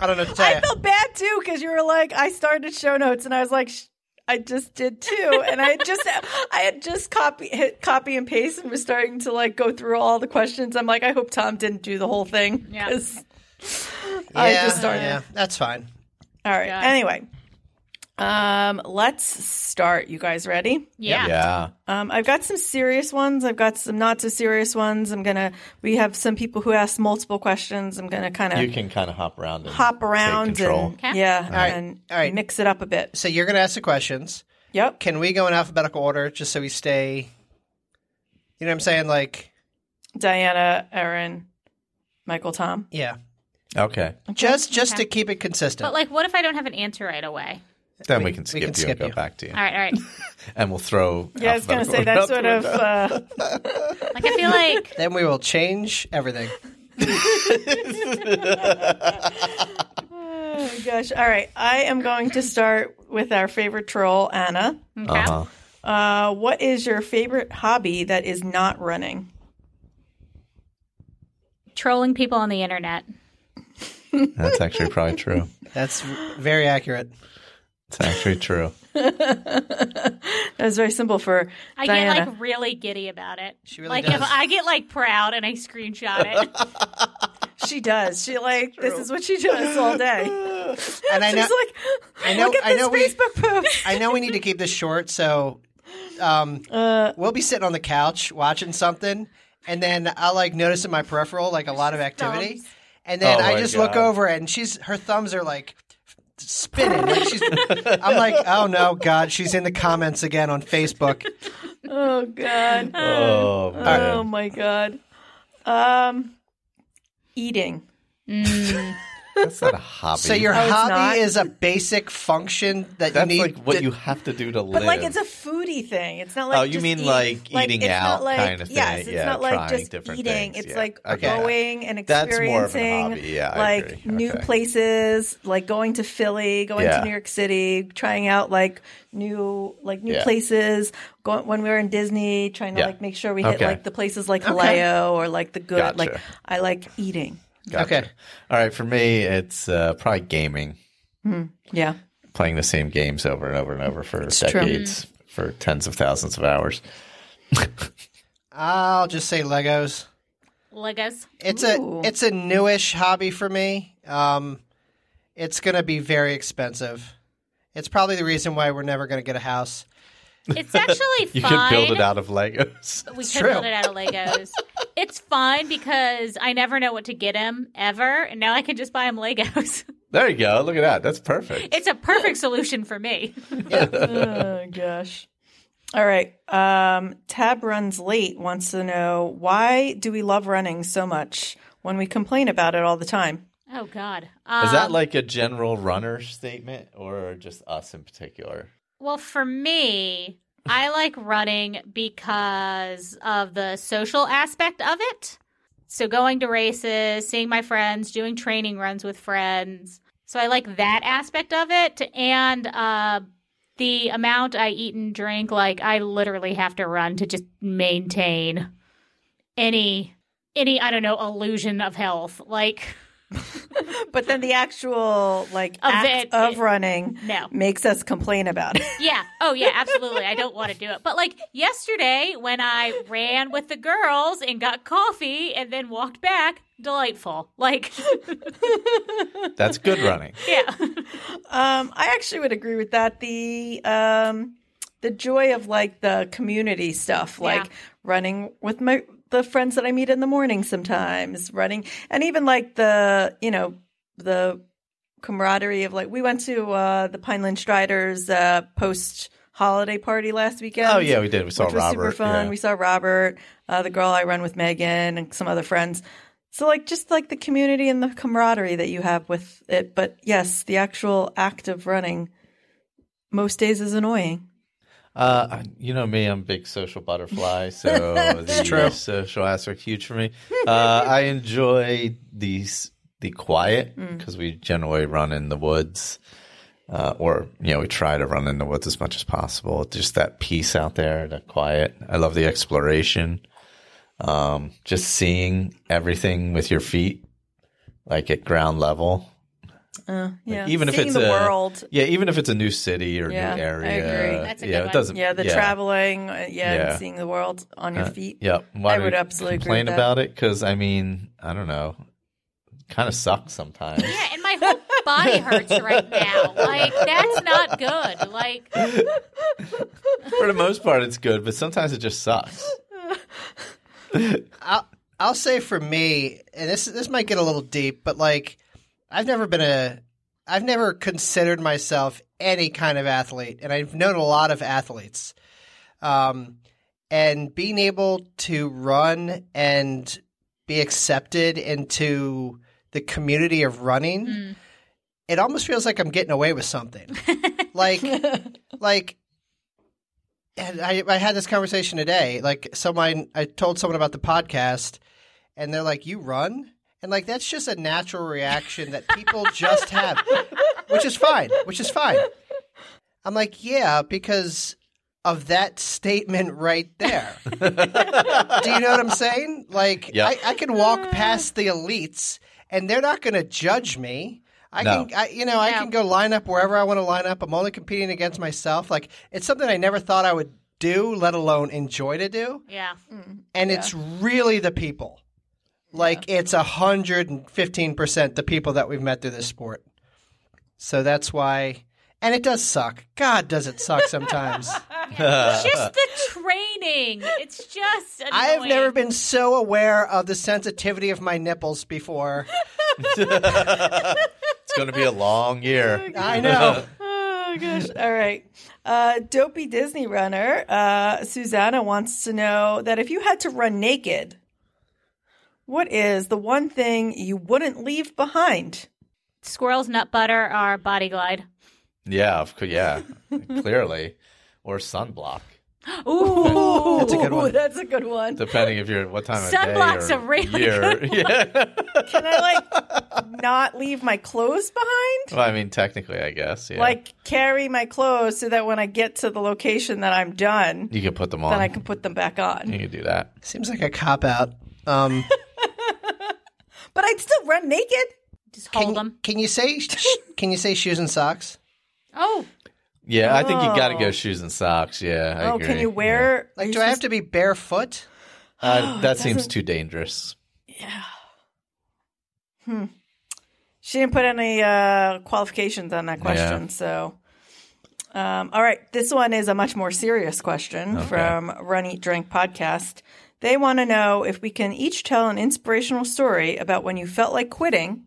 B: I don't know what to
C: I
B: tell you.
C: felt bad too because you were like, I started show notes and I was like, Sh- I just did too, and I had just [laughs] I had just copy hit copy and paste and was starting to like go through all the questions. I'm like, I hope Tom didn't do the whole thing.
D: Yeah.
C: 'cause I
B: yeah,
C: just started.
B: Yeah, that's fine.
C: All right.
D: Yeah.
C: Anyway, um, let's start. You guys ready?
D: yeah.
E: Yeah.
C: Um, I've got some serious ones. I've got some not so serious ones. I'm gonna. We have some people who asked multiple questions. I'm gonna kind
E: You
C: of
E: can kind of hop around and
C: hop around
E: take control.
C: and yeah,
B: right.
C: and
B: All right.
C: mix it up a bit.
B: So you're going to ask the questions.
C: Yep.
B: Can we go in alphabetical order just so we stay You know what I'm saying like
C: Diana, Erin, Michael, Tom.
B: yeah.
E: Okay.
B: Just just to keep it consistent.
D: But like, what if I don't have an answer right away?
E: Then we, can skip
B: we
E: you
B: can
E: and
B: skip
E: go
B: you.
E: back to you.
D: All right, all right.
E: And we'll throw.
C: Yeah, I was going to say that's sort of. Uh,
D: Like, I feel like,
B: then we will change everything.
C: oh my gosh. All right. I am going to start with our favorite troll, Anna.
D: okay.
E: Uh huh.
C: Uh, what is your favorite hobby that is not running?
D: trolling people on the internet.
E: That's actually probably true.
B: That's very accurate.
E: It's actually true.
C: [laughs] That was very simple for
D: I
C: Diana.
D: get like really giddy about it.
B: She really
D: like,
B: does.
D: if I get like proud and I screenshot it,
C: she does. She like this is what she does all day. [laughs]
B: And I
C: She's
B: know
C: like,
B: I know-
C: look at
B: I
C: this
B: know we-
C: Facebook post.
B: I know we need to keep this short, so um, we'll be sitting on the couch watching something, and then I like notice in my peripheral like a lot of activity,
D: thumbs.
B: and then
E: Oh
B: I
E: my
B: just look
E: God.
B: over and she's her thumbs are like spinning. Like she's, I'm
E: [laughs]
B: like, oh no, God, she's in the comments again on Facebook.
C: Oh god.
E: Oh,
C: Oh my god. Um, eating.
E: That's not a hobby.
B: So your
C: Oh, it's not?
B: hobby is a basic function that
E: that's
B: you need.
E: like what
B: to-
E: you have to do to live.
C: But like it's a foodie thing. It's not like
E: Oh, you
C: just
E: mean
C: eating.
E: like eating
C: it's not
E: out kind of thing.
C: Yes, it's
E: Yeah,
C: not like
E: trying
C: just
E: different
C: eating.
E: things.
C: It's
E: Yeah.
C: like
E: Okay.
C: going and
E: That's
C: experiencing
E: more of an hobby. Yeah, I
C: like
E: agree.
C: new
E: Okay.
C: places, like going to Philly, going
E: Yeah.
C: to New York City, trying out like new like new
E: Yeah.
C: places. Going when we were in Disney, trying to
E: Yeah.
C: like make sure we hit
E: Okay.
C: like the places like Vallejo or like the good.
E: Gotcha.
C: Like I like eating.
E: Gotcha.
B: Okay.
E: All right. For me, it's uh, probably gaming,
C: Yeah.
E: playing the same games over and over and over for
C: true.
E: decades, for tens of thousands of hours.
B: I'll just say Legos.
D: Legos.
B: It's
C: Ooh.
B: a it's a newish hobby for me. Um, it's going to be very expensive. It's probably the reason why we're never going to get a house.
D: It's actually
E: [laughs] You
D: fun.
E: could build it out of Legos. [laughs]
D: We
B: It's
D: could
B: true.
D: build it out of Legos. it's fun because I never know what to get him ever, and now I can just buy him Legos. [laughs]
E: There you go. Look at that. That's perfect.
D: It's a perfect solution for me. [laughs]
C: oh gosh. All right. Um, Tab runs late wants to know why do we love running so much when we complain about it all the time?
D: Oh God. Um,
E: Is that like a general runner statement or just us in particular?
D: well, for me, I like running because of the social aspect of it. So going to races, seeing my friends, doing training runs with friends. So I like that aspect of it, and uh, the amount I eat and drink. Like I literally have to run to just maintain any any I don't know illusion of health. Like
C: But then the actual like
D: Of
C: act
D: it-
C: of running
D: no.
C: makes us complain about it.
D: Yeah. Oh, yeah, absolutely. I don't want to do it. But like yesterday when I ran with the girls and got coffee and then walked back, delightful. Like, [laughs]
E: That's good
C: [laughs]
E: running.
D: yeah.
C: Um, I actually would agree with that. The um, the joy of like the community stuff, like
D: Yeah.
C: running with my the friends that I meet in the morning sometimes, running, and even like the you know the camaraderie of like we went to uh, the Pineland Striders uh, post holiday party last weekend.
E: Oh yeah, we did. We saw
C: which was
E: Robert.
C: super fun.
E: yeah.
C: We saw Robert, uh, the girl I run with, Megan, and some other friends. So like just like the community and the camaraderie that you have with it, but yes, the actual act of running most days is annoying.
E: Uh, I- you know me, I'm a big social
C: [laughs]
E: butterfly, so the uh,
B: true.
E: social aspect huge for me. Uh, I enjoy these the quiet
C: Hmm.
E: because we generally run in the woods, uh, or you know we try to run in the woods as much as possible. Just that peace out there, the quiet. I love the exploration, um, just seeing everything with your feet, like at ground level.
C: Uh, yeah,
E: even if
C: Seeing
E: it's
C: the
E: a-
C: world,
E: Yeah, even if it's a new city or
C: Yeah, I
E: new area,
C: agree.
D: That's a
E: yeah,
D: good
E: it
D: one.
E: doesn't.
C: yeah, the traveling, uh, yeah,
E: Yeah.
C: And seeing the world on your
E: Uh,
C: feet.
E: Yeah, Why
C: I
E: do
C: would
E: we
C: absolutely agree
E: complain
C: with that.
E: about it because I mean I don't know, kind of sucks sometimes.
D: Yeah, and my whole body hurts right now. Like, that's not good. Like,
E: For the most part, it's good, but sometimes it just
C: [laughs]
E: sucks. [laughs]
B: I'll, I'll say for me, and this this might get a little deep, but like I've never been a I've never considered myself any kind of athlete, and I've known a lot of athletes. Um, and being able to run and be accepted into the community of running, it almost feels like I'm getting away with something. like, like and I, I had this conversation today. Like someone, I told someone about the podcast, and they're like, "You run," and like that's just a natural reaction that people just have, which is fine. Which is fine. I'm like, yeah, because of that statement right there. Do you know what I'm saying? Like,
E: Yeah.
B: I, I can walk past the elites, and they're not going to judge me. I
E: No.
B: can, I, you know, I
D: No.
B: can go line up wherever I want to line up. I'm only competing against myself. Like it's something I never thought I would do, let alone enjoy to do.
D: yeah.
B: And it's really the people. Like it's hundred and fifteen percent the people that we've met through this sport. So that's why. And it does suck. God, does it suck
D: [laughs]
B: sometimes.
D: It's just the training. It's just. Annoying.
B: I have never been so aware of the sensitivity of my nipples
D: [laughs]
B: before.
E: It's going to be a long year.
B: I know.
C: Oh gosh! All right, uh, dopey Disney runner uh, Susanna wants to know that if you had to run naked, what is the one thing you wouldn't leave behind?
D: Squirrels, nut butter, or body glide.
E: Yeah, of course. Yeah, clearly, or sunblock,
D: Ooh.
B: That's a good one.
C: That's a good one.
E: depending if you're what time of
D: Sunblock's
E: day or
D: a really
E: year. [laughs] Yeah.
C: Can I like not leave my clothes behind?
E: well, I mean, technically, I guess. Oh, Yeah.
C: Like carry my clothes so that when I get to the location that I'm done,
E: you could put them
C: then
E: on.
C: I can put them back
E: You
C: on.
E: could do that.
B: Seems like a cop out. Um,
C: But I'd still run naked.
D: Just
B: can,
D: hold them.
B: Can you say? Can you say shoes and socks?
D: Oh,
E: Yeah, I think you got to
C: Oh.
E: go shoes and socks. Yeah. I
C: oh,
E: agree.
C: can you wear?
B: Like, do I have to be barefoot?
E: Yeah. Uh,
C: [gasps]
E: that seems too dangerous.
C: She didn't put any uh, qualifications on that question. So, um, all right. This one is a much more serious question from Run Eat Drink podcast. They want to know if we can each tell an inspirational story about when you felt like quitting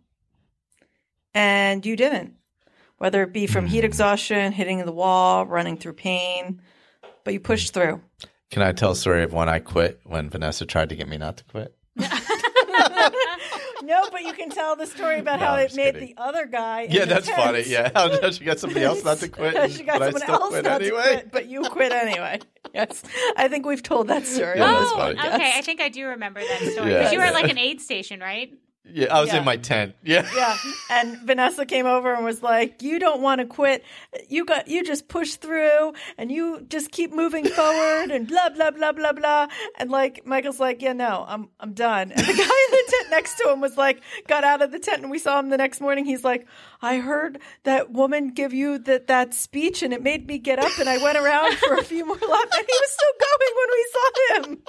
C: and you didn't, whether it be from
E: Hmm.
C: heat exhaustion, hitting the wall, running through pain, but you pushed through.
E: Can I tell a story of when I quit when Vanessa tried to get me not to quit?
C: No, but you can tell the story about
E: No,
C: how
E: I'm
C: it
E: just
C: made
E: kidding.
C: the other guy. in
E: Yeah,
C: the
E: that's
C: tent.
E: funny. Yeah, [laughs] how did she got somebody else not to quit? and-
C: [laughs] she got
E: but I
C: someone
E: still
C: else
E: quit
C: not to
E: anyway.
C: quit, but you quit anyway. Yes, I think we've told that story.
E: Yeah,
C: on
E: that's
C: this
D: oh,
E: funny.
C: podcast.
D: okay. I think I do remember that story.
E: Yeah.
D: Because you were at like an aid station, right?
E: [laughs] Yeah, I was
C: Yeah.
E: in my tent. [laughs] Yeah.
C: Yeah, and Vanessa came over and was like, "You don't want to quit. You got you just push through, and you just keep moving forward, and blah blah blah blah blah." And like Michael's like, "Yeah, no, I'm I'm done." And the guy in the tent next to him was like, got out of the tent, and we saw him the next morning. He's like, "I heard that woman give you that that speech, and it made me get up, and I went around for a few more laps, and he was still going when we saw him."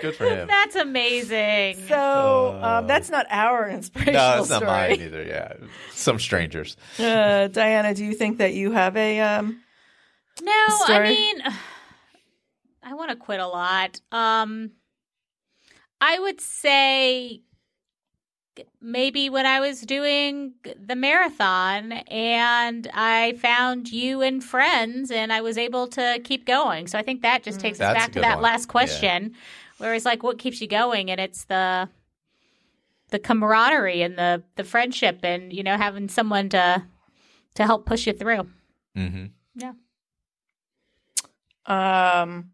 E: Good for
C: [laughs]
E: him.
D: That's amazing.
C: So um, that's not our inspirational
E: Uh, No, it's not
C: story.
E: mine either. Yeah, some strangers.
C: Uh, Diana, do you think that you have a? Um,
D: no,
C: story?
D: I mean, [sighs] I want to quit a lot. Um, I would say maybe when I was doing the marathon and I found you and friends and I was able to keep going. So I think that just takes us
E: Mm. That's a
D: back to
E: good
D: that
E: one.
D: last
E: Yeah.
D: question where it's like, what keeps you going? And it's the the camaraderie and the the friendship and you know having someone to to help push you through.
E: hmm
C: um,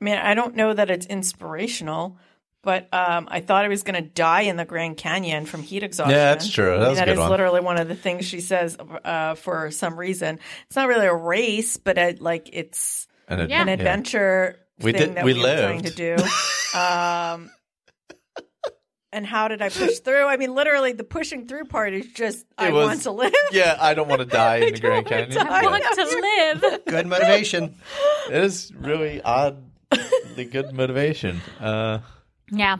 C: I mean, I don't know that it's inspirational, but um, I thought I was going to die in the Grand Canyon from heat exhaustion.
E: Yeah, that's true. That was a
C: That
E: good
C: is
E: one.
C: literally one of the things she says uh, for some reason. It's not really a race, but it, like it's
E: An ad-
D: Yeah.
C: an adventure
E: We
C: thing
E: did-
C: that
E: we
C: we, were trying to
E: lived.
C: do. um, and how did I push through? I mean, literally, the pushing through part is just I
E: was-
C: want to live.
E: Yeah, I don't want to die
C: [laughs]
E: in the
C: don't
E: Grand
C: wanna
E: Canyon.
D: I
C: die.
E: Yeah.
C: [laughs]
D: want to live.
B: Good motivation.
E: It is really odd. The good motivation. Uh,
D: Yeah.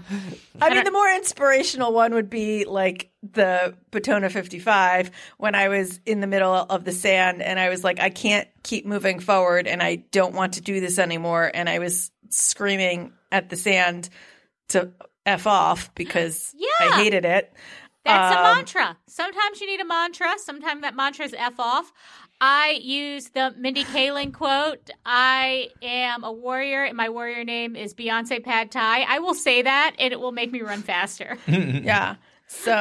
C: I mean, the more inspirational one would be like the Batona 55 when I was in the middle of the sand and I was like, I can't keep moving forward and I don't want to do this anymore. And I was screaming at the sand to F off because
D: Yeah.
C: I hated it.
D: That's
C: Um,
D: a mantra. Sometimes you need a mantra. Sometimes that mantra is F off. I use the Mindy Kaling quote I am a warrior, and my warrior name is Beyonce Pad Thai. I will say that, and it will make me run
E: [laughs]
D: faster.
C: Yeah.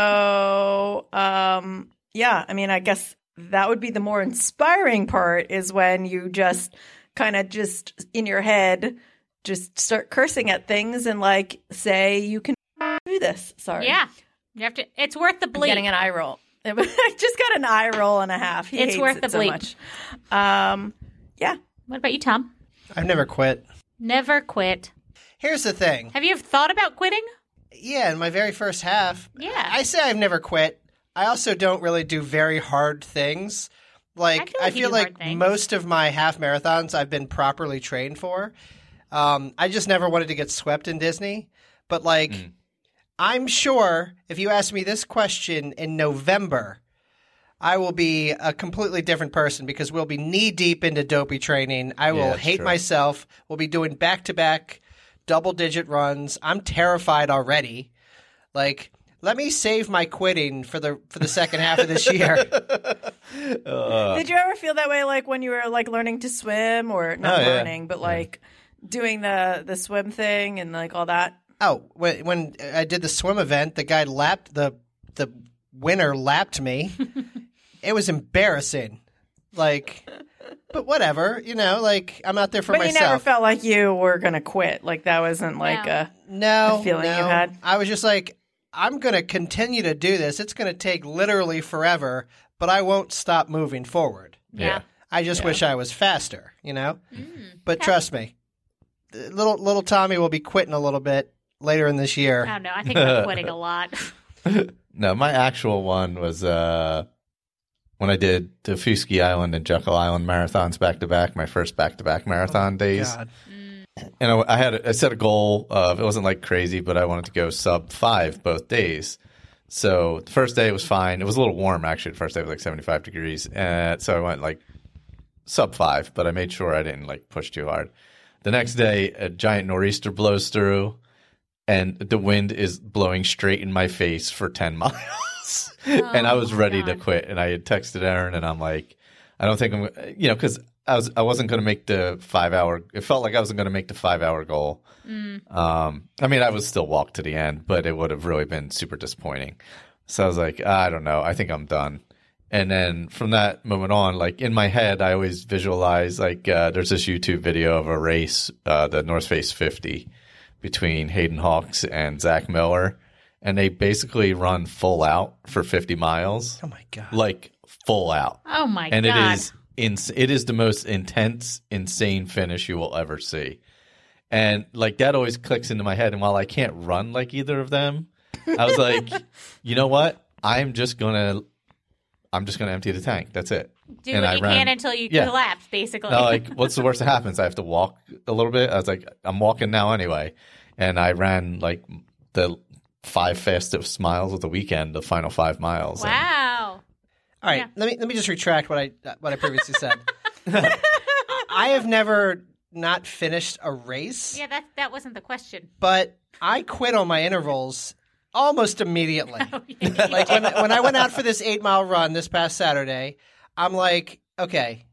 C: So, um, yeah, I mean, I guess that would be the more inspiring part is when you just kind of just in your head just start cursing at things and like say you can do this. Sorry.
D: yeah. You have to, it's worth the
C: I'm
D: bleed.
C: getting an eye roll. [laughs] I just got an eye roll and a half. He
D: It's
C: hates
D: worth
C: it
D: the
C: so
D: bleep.
C: much. Um, yeah.
D: what about you, Tom?
B: I've never quit.
D: Never quit.
B: Here's the thing.
D: Have you ever thought about quitting?
B: Yeah, in my very first half,
D: Yeah.
B: I say I've never quit. I also don't really do very hard things. Like I feel
D: feel like
B: like,
D: you do hard things.
B: most of my half marathons I've been properly trained for. Um, I just never wanted to get swept in Disney. But like, I'm sure if you ask me this question in November, I will be a completely different person because we'll be knee deep into dopey training. I will
E: that's
B: hate
E: true.
B: myself. We'll be doing back to back double digit runs. I'm terrified already. Like, let me save my quitting for the for the second half of
E: [laughs]
B: this year.
E: Uh.
C: Did you ever feel that way, like when you were like learning to swim or not
E: Oh, yeah.
C: learning, but like doing the the swim thing and like all that?
B: Oh, when, when I did the swim event, the guy lapped the the winner lapped
C: [laughs]
B: me. it was embarrassing. Like, but whatever, you know. Like, I'm out there for
C: but
B: myself.
C: you never felt like you were gonna quit. Like that wasn't like
D: No. [laughs]
C: a
B: no
C: the feeling you
B: no.
C: had?
B: I was just like, I'm going to continue to do this. It's going to take literally forever, but I won't stop moving forward.
E: yeah.
B: I just wish I was faster, you know.
D: Hmm.
B: but trust me, th- little little Tommy will be quitting a little bit later in this year.
D: I don't know. I think I'm quitting
E: [laughs]
D: a lot.
E: No, my actual one was uh, when I did the Fuski Island and Jekyll Island marathons back to back, my first back to back marathon days.
B: God.
E: And I, I had I set a goal of it wasn't like crazy, but I wanted to go sub five both days. So the first day was fine. It was a little warm actually. The first day was like seventy five degrees, and so I went like sub five, but I made sure I didn't like push too hard. The next day, a giant nor'easter blows through, and the wind is blowing straight in my face for ten [laughs] miles, and I was ready to quit. And I had texted Aaron, and I'm like, I don't think I'm, you know, because I was I wasn't going to make the five hour. It felt like I wasn't going to make the five hour goal. Um, I mean, I would still walk to the end, but it would have really been super disappointing. So I was like, "Ah, I don't know. I think I'm done. And then from that moment on, like in my head, I always visualize like uh, there's this YouTube video of a race, uh, the North Face 50 between Hayden Hawks and Zach Miller, and they basically run full out for 50 miles,
B: Oh my god.
E: like full out
D: Oh my
E: and
D: God.
E: it is ins- it is the most intense, insane finish you will ever see. And like that always clicks into my head. And while I can't run like either of them, I was like,
D: [laughs]
E: you know what? I'm just gonna, I'm just gonna empty the tank. That's it.
D: Do
E: and
D: what
E: I
D: you
E: ran-
D: can until you
E: Yeah.
D: collapse, basically. [laughs]
E: Now, like, what's the worst that happens? I have to walk a little bit. I was like, I'm walking now anyway. and I ran like the five fastest miles of the weekend, the final five miles. and-
D: Wow.
B: All right,
D: Yeah.
B: let me let me just retract what I uh, what I previously said.
D: [laughs]
B: I have never not finished a race,
D: Yeah, that that wasn't the question.
B: but I quit on my intervals almost immediately.
D: Oh,
B: [laughs] like when when I went out for this eight mile run this past Saturday, I'm like, okay,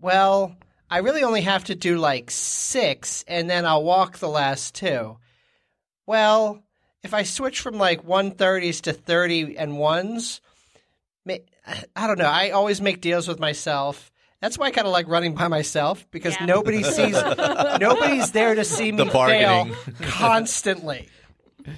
B: well, I really only have to do like six, and then I'll walk the last two. Well, if I switch from like one thirties to thirty and ones, ma- I don't know. I always make deals with myself. That's why I kind of like running by myself because
D: Yeah.
B: nobody sees, nobody's there to see me
E: The bargaining.
B: fail constantly.
D: [laughs]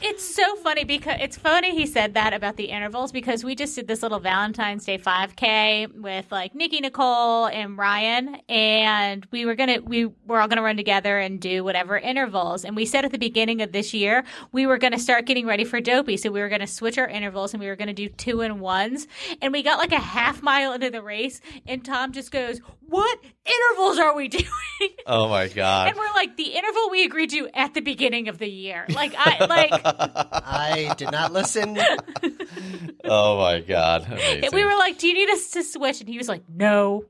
D: It's so funny because it's funny he said that about the intervals because we just did this little Valentine's Day 5K with like Nikki Nicole and Ryan and we were gonna we were all gonna run together and do whatever intervals and we said at the beginning of this year we were gonna start getting ready for Dopey so we were gonna switch our intervals and we were gonna do two and ones and we got like a half mile into the race and Tom just goes what intervals are we [laughs] doing
E: Oh my god!
D: and we're like the interval we agreed to at the beginning of the year like I like.
B: I did not listen.
E: Oh my god! [laughs] Amazing.
D: And [laughs] we were like, "Do you need us to switch?" And he was like,
C: [laughs]
D: "No."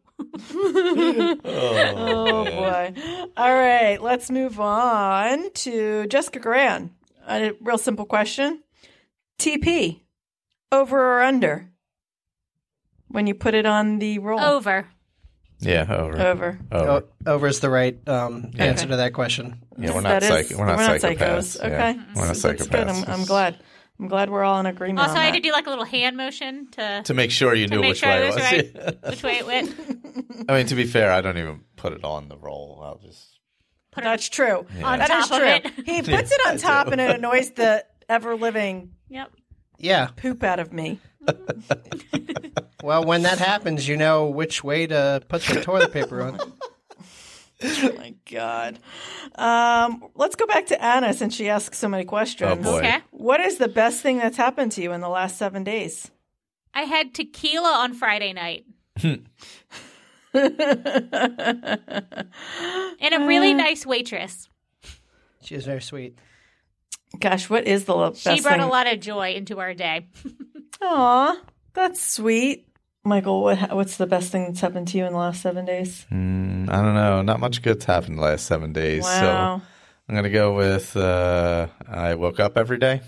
C: Oh boy. All right, let's move on to Jessica Gran. A real simple question. TP over or under? When you put it on the roll.
D: Over.
E: yeah, over.
C: Over.
E: Over.
B: O- Oh, over is the right um, answer to that question.
E: Yeah, we're not,
C: That is-
E: psych- we're not psychopaths.
C: psychos.
E: Yeah,
C: Okay.
E: we're not
C: So that's good. I'm,
E: psychopaths.
C: I'm glad. I'm glad we're all in agreement.
D: Also,
C: on
D: I
C: that.
D: had to do like a little hand motion to,
E: To make sure you knew
D: make
E: which
D: sure
E: way
D: I
E: it was.
D: was right. which way
E: [laughs]
D: it went.
E: I mean, to be fair, I don't even put it on the roll. I'll just.
D: Put
C: That's true.
D: On
C: That is
D: top of
C: true.
E: [laughs]
D: it.
C: He puts it on top and it annoys the ever living
D: Yep.
B: Yeah.
C: poop out of me.
B: Well, when that happens, you know which way to put the toilet paper on.
C: Oh my god. Um, let's go back to Anna since she asked so many questions.
E: Oh boy.
D: Okay.
C: What is the best thing that's happened to you in the last seven days?
D: I had tequila on Friday night
E: Hmm.
D: and a really
C: [laughs]
D: nice waitress.
B: She was very sweet. [clears throat]
C: Gosh, what is the lo- best
D: She brought
C: thing?
D: a lot of joy into our day.
C: Aw, that's sweet. Michael, what ha- what's the best thing that's happened to you in the last seven days?
E: Mm, I don't know. Not much good's happened the last seven days.
C: Wow.
E: So I'm going to go with uh, I woke up every day.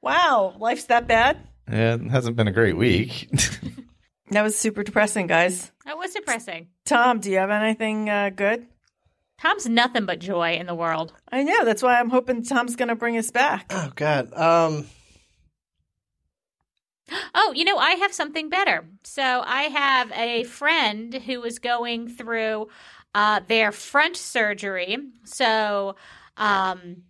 C: Wow, life's that bad?
E: Yeah, it hasn't been a great week. [laughs]
C: That was super depressing, guys.
D: That was depressing.
C: Tom, do you have anything uh, good?
D: Tom's nothing but joy in the world.
C: I know. That's why I'm hoping Tom's going to bring us back.
B: Oh God. Um.
D: Oh, you know, I have something better. So I have a friend who is going through uh, their front surgery. So um,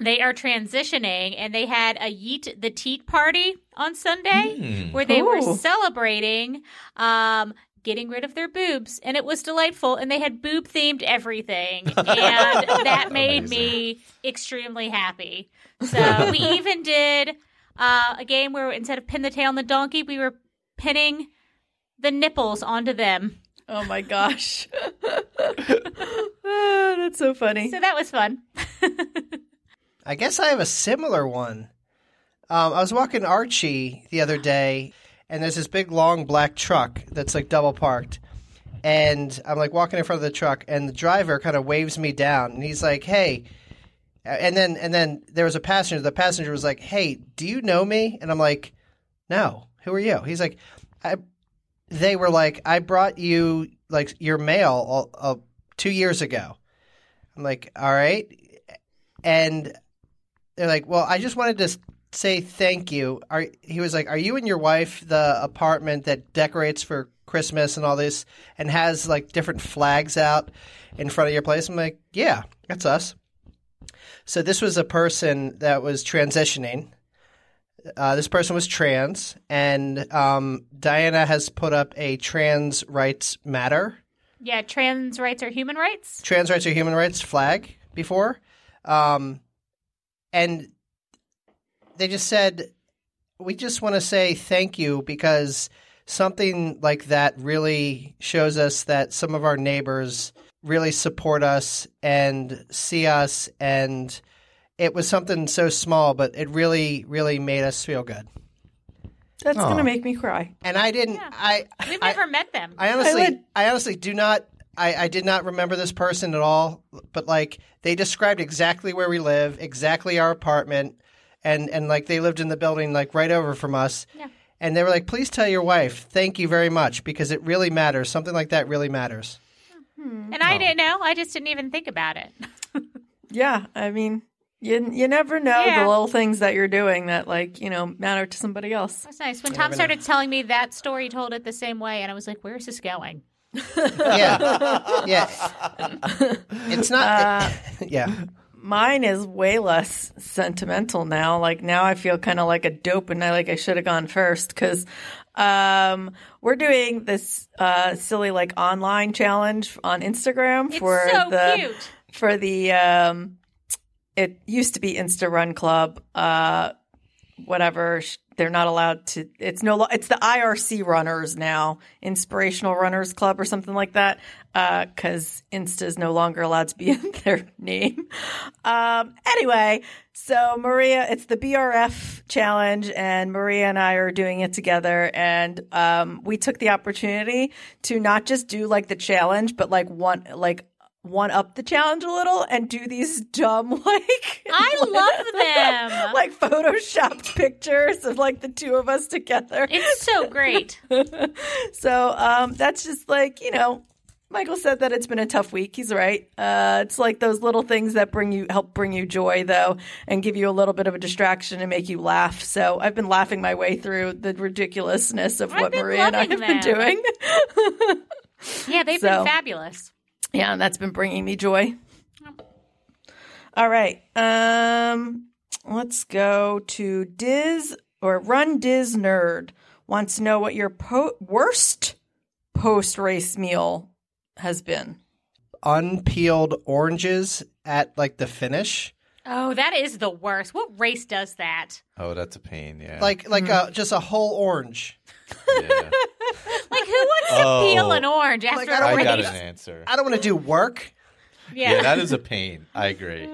D: they are transitioning, and they had a Yeet the Teat party on Sunday
E: Hmm.
D: where they were
C: Ooh.
D: celebrating. Um, Getting rid of their boobs, and it was delightful. And they had boob
B: [laughs]
D: themed everything, and that made me extremely happy.
B: [laughs]
D: So we even did uh, a game where instead of pin the tail on the donkey, we were pinning the nipples onto them.
C: Oh my gosh. [laughs] Ah, that's so funny.
D: So that was fun.
B: I guess I have a similar one. Um, I was walking Archie the other day, and there's this big long black truck that's like double parked. And I'm like walking in front of the truck, and the driver kind of waves me down, and he's like, "Hey," and then and then there was a passenger. The passenger was like, "Hey, do you know me?" And I'm like, "No, who are you?" He's like, "I." They were like, "I brought you like your mail all, uh, two years ago." I'm like, "All right," and they're like, "Well, I just wanted to s- say thank you." Are he was like, "Are you and your wife the apartment that decorates for Christmas and all this and has like different flags out in front of your place?" I'm like, "Yeah, that's us." So this was a person that was transitioning. Uh, this person was trans, and um, Diana has put up a trans rights matter
D: Yeah, trans rights are human rights.
B: trans rights or human rights flag before, um, and they just said, "We just want to say thank you because something like that really shows us that some of our neighbors really support us and see us. And it was something so small, but it really, really made us feel good.
C: That's going
E: Aw.
C: to make me cry.
B: And I didn't,
D: Yeah.
B: I,
D: We've
B: I,
D: never met them.
B: I honestly,
C: I
B: I,
C: would-
B: honestly do not. I, I did not remember this person at all. But like, they described exactly where we live, exactly our apartment, and and like they lived in the building like right over from us.
D: Yeah.
B: And they were like, "Please tell your wife, thank you very much, because it really matters. Something like that really matters."
D: and I didn't know. I just didn't even think about it.
C: Yeah, I mean, you you never know
D: Yeah.
C: the little things that you're doing that like you know matter to somebody else.
D: That's nice. When Tom started telling me that story, he told it the same way, and I was like, "Where's this going?"
B: Yeah, yeah. It's not. [laughs] yeah,
C: Mine is way less sentimental now. Like now, I feel kind of like a dope, and I like I should have gone first because um, we're doing this uh, silly like online challenge on Instagram
D: It's
C: for
D: so
C: the
D: cute.
C: for the um it used to be insta run club uh whatever sh- they're not allowed to it's no lo- it's the irc runners now inspirational runners club or something like that uh because insta is no longer allowed to be in [laughs] their name um anyway so maria it's the brf challenge and maria and i are doing it together and um we took the opportunity to not just do like the challenge but like one like one up the challenge a little and do these dumb [laughs] like [laughs]
D: I love them.
C: like photoshopped pictures of like the two of us together.
D: It's
C: [laughs]
D: so great.
C: So um, that's just like you know, Michael said that it's been a tough week. He's right. Uh, it's like those little things that bring you help bring you joy though, and give you a little bit of a distraction and make you laugh. So I've been laughing my way through the ridiculousness of
D: I've
C: what
D: been
C: Maria and I have
D: loving
C: been
D: them.
C: doing.
D: Yeah, they've
C: So-
D: been fabulous.
C: yeah, and that's been bringing me joy. All right. Um let's go to Diz or Run Diz Nerd wants to know what your po- worst post race meal has been.
B: unpeeled oranges at like the finish,
D: Oh, that is the worst. What race does that?
E: Oh, that's a pain. Yeah.
B: like like a, just a whole orange.
E: Yeah.
D: Like, who wants
E: Oh.
D: to peel an orange after
B: I
D: a
E: I
D: race?
E: got an answer.
B: I don't want to do work.
D: yeah.
E: Yeah. that is a pain. I agree.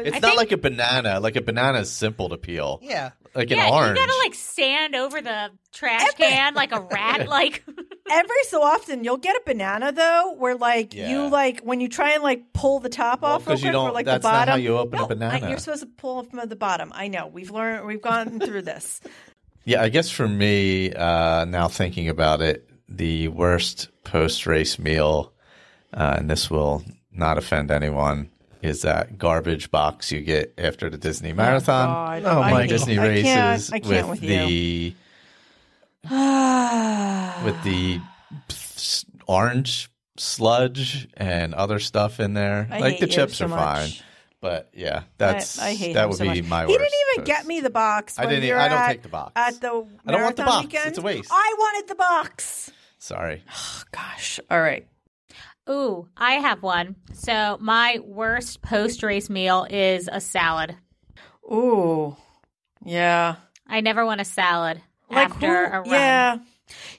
E: It's not like a banana. Like a banana is simple to peel.
B: Yeah,
E: Like
D: yeah,
E: an orange.
D: you gotta like stand over the trash can like a
E: [laughs]
D: rat. Like, [laughs]
C: Every so often you'll get a banana though where like
E: Yeah.
C: you like when you try and like pull the top off real
E: because you
C: quick, or
E: don't-
C: like
E: that's
C: the
E: not how
C: bottom.
E: you open a
C: No, I-
E: banana.
C: you're supposed to pull from the bottom. I know. We've learned we've gone
E: [sighs]
C: through this. [sighs]
E: Yeah, I guess for me, uh, now thinking about it, the worst post race meal, uh, and this will not offend anyone, is that garbage box you get after the Disney marathon.
C: God.
B: Oh,
E: and
B: my
E: the Disney
C: I
E: races
C: can't- I can't
E: with,
C: with
E: the with the s- orange sludge and other stuff in there.
C: I
E: like
C: hate
E: the
C: you
E: chips
C: so
E: are
C: much.
E: fine, but yeah,
C: I-
E: that's
C: I, hate
E: that
C: him
E: would
C: so
E: be
C: much.
E: my
C: He
E: worst.
C: didn't even get
E: post.
C: me the box.
E: I
C: when
E: didn't- e-
C: we were
E: I don't
C: at-
E: take the box.
C: At the
E: I don't want the
C: marathon
E: box.
C: Weekend.
E: It's a waste. Oh,
C: I wanted the box.
E: Sorry.
C: Gosh. All right.
D: ooh, I have one. So my worst post race meal is a salad.
C: Ooh. Yeah.
D: I never want a salad after
C: who-
D: a run.
C: Yeah.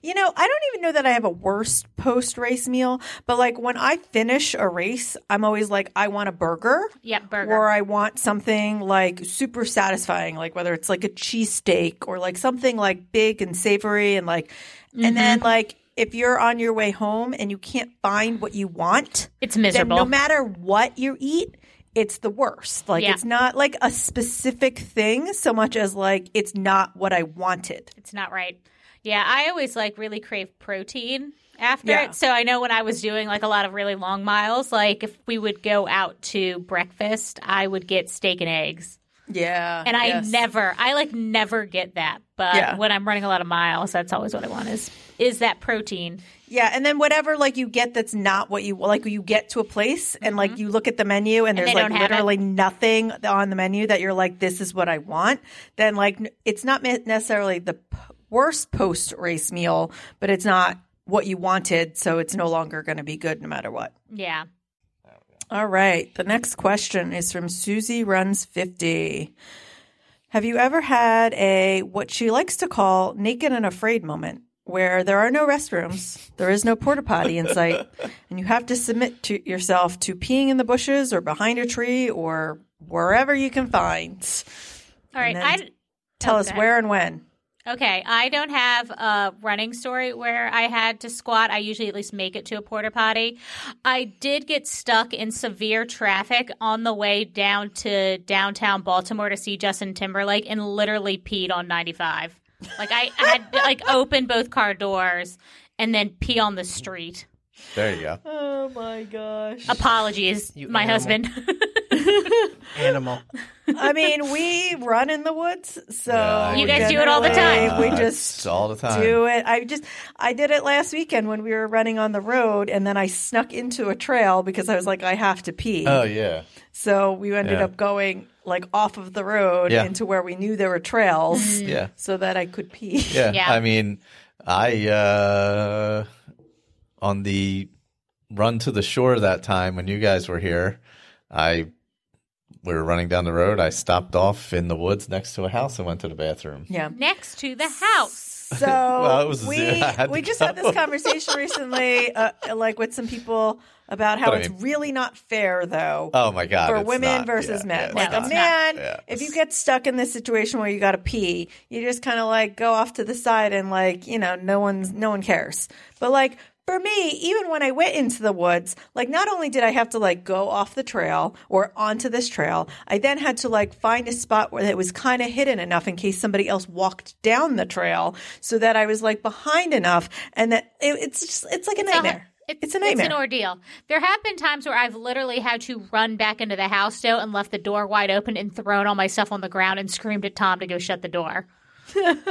C: You know, I don't even know that I have a worst post race meal, but like when I finish a race, I'm always like, I want a burger.
D: Yep, burger.
C: Or I want something like super satisfying, like whether it's like a cheesesteak or like something like big and savory and like,
D: Mm-hmm.
C: and then like if you're on your way home and you can't find what you want,
D: it's
C: then
D: miserable.
C: no matter what you eat, it's the worst. Like
D: Yeah.
C: it's not like a specific thing so much as like it's not what I wanted.
D: It's not right. Yeah, I always like really crave protein after
C: Yeah.
D: it. So I know when I was doing like a lot of really long miles, like if we would go out to breakfast, I would get steak and eggs.
C: Yeah.
D: And I never, I like never get that. But
C: Yeah.
D: when I'm running a lot of miles, that's always what I want is is that protein.
C: Yeah, and then whatever like you get that's not what you like you get to a place and like you look at the menu and, there's
D: Mm-hmm. they
C: like
D: don't have it.
C: literally nothing on the menu that you're like this is what I want, then like n- it's not me- necessarily the p- worst post race meal, but it's not what you wanted, so it's no longer going to be good no matter what.
D: Yeah.
C: All right. The next question is from Susie Runs 50. Have you ever had a what she likes to call naked and afraid moment where there are no restrooms, there is no porta potty in [laughs] sight, and you have to submit to yourself to peeing in the bushes or behind a tree or wherever you can find.
D: All right.
C: then-
D: I, d-
C: Tell
D: Oh,
C: us
D: go ahead.
C: where and when.
D: Okay, I don't have a running story where I had to squat. I usually at least make it to a porta potty. I did get stuck in severe traffic on the way down to downtown Baltimore to see Justin Timberlake and literally peed on 95. Like I had
B: [laughs]
D: to like open both car doors and then pee on the street.
E: There you go.
C: Oh my gosh.
D: Apologies,
B: You
D: my
B: animal.
D: husband. [laughs]
B: Animal.
C: I mean, we run in the woods, so
E: Yeah,
D: You guys do it all the
C: generally
E: [laughs]
D: time.
C: We
E: Uh,
C: just
E: it's all the time.
C: do it. I just I did it last weekend when we were running on the road, and then I snuck into a trail because I was like, I have to pee.
E: Oh yeah.
C: So we ended
E: Yeah.
C: up going like off of the road
E: Yeah.
C: into where we knew there were trails, [laughs]
E: Yeah.
C: so that I could pee.
E: yeah.
D: Yeah.
E: I mean, I uh, on the run to the shore that time when you guys were here, I we were running down the road. I stopped off in the woods next to a house and went to the bathroom. [laughs]
C: [laughs] Yeah.
D: Next to the house.
C: So
E: Well, it was-
C: we
E: I had to
C: we just
E: go. [laughs]
C: had this conversation recently, uh, like with some people about how
E: But I
C: it's
E: mean-
C: really not fair though.
E: Oh my god!
C: for
E: it's
C: women
E: not-
C: versus
E: yeah,
C: men.
E: yeah,
C: like
E: it's
C: a
E: not.
C: man,
E: Yeah.
C: if you get stuck in this situation where you got to pee, you just kind of like go off to the side and like you know no one's no one cares. But like for me, even when I went into the woods, like not only did I have to like go off the trail or onto this trail, I then had to like find a spot where it was kind of hidden enough in case somebody else walked down the trail, so that I was like behind enough, and that it, it's just it's like a nightmare. It's, a
D: [laughs]
C: nightmare.
D: It's an ordeal. There have been times where I've literally had to run back into the house though and left the door wide open and thrown all my stuff on the ground and screamed at Tom to go shut the
C: [laughs]
D: door. so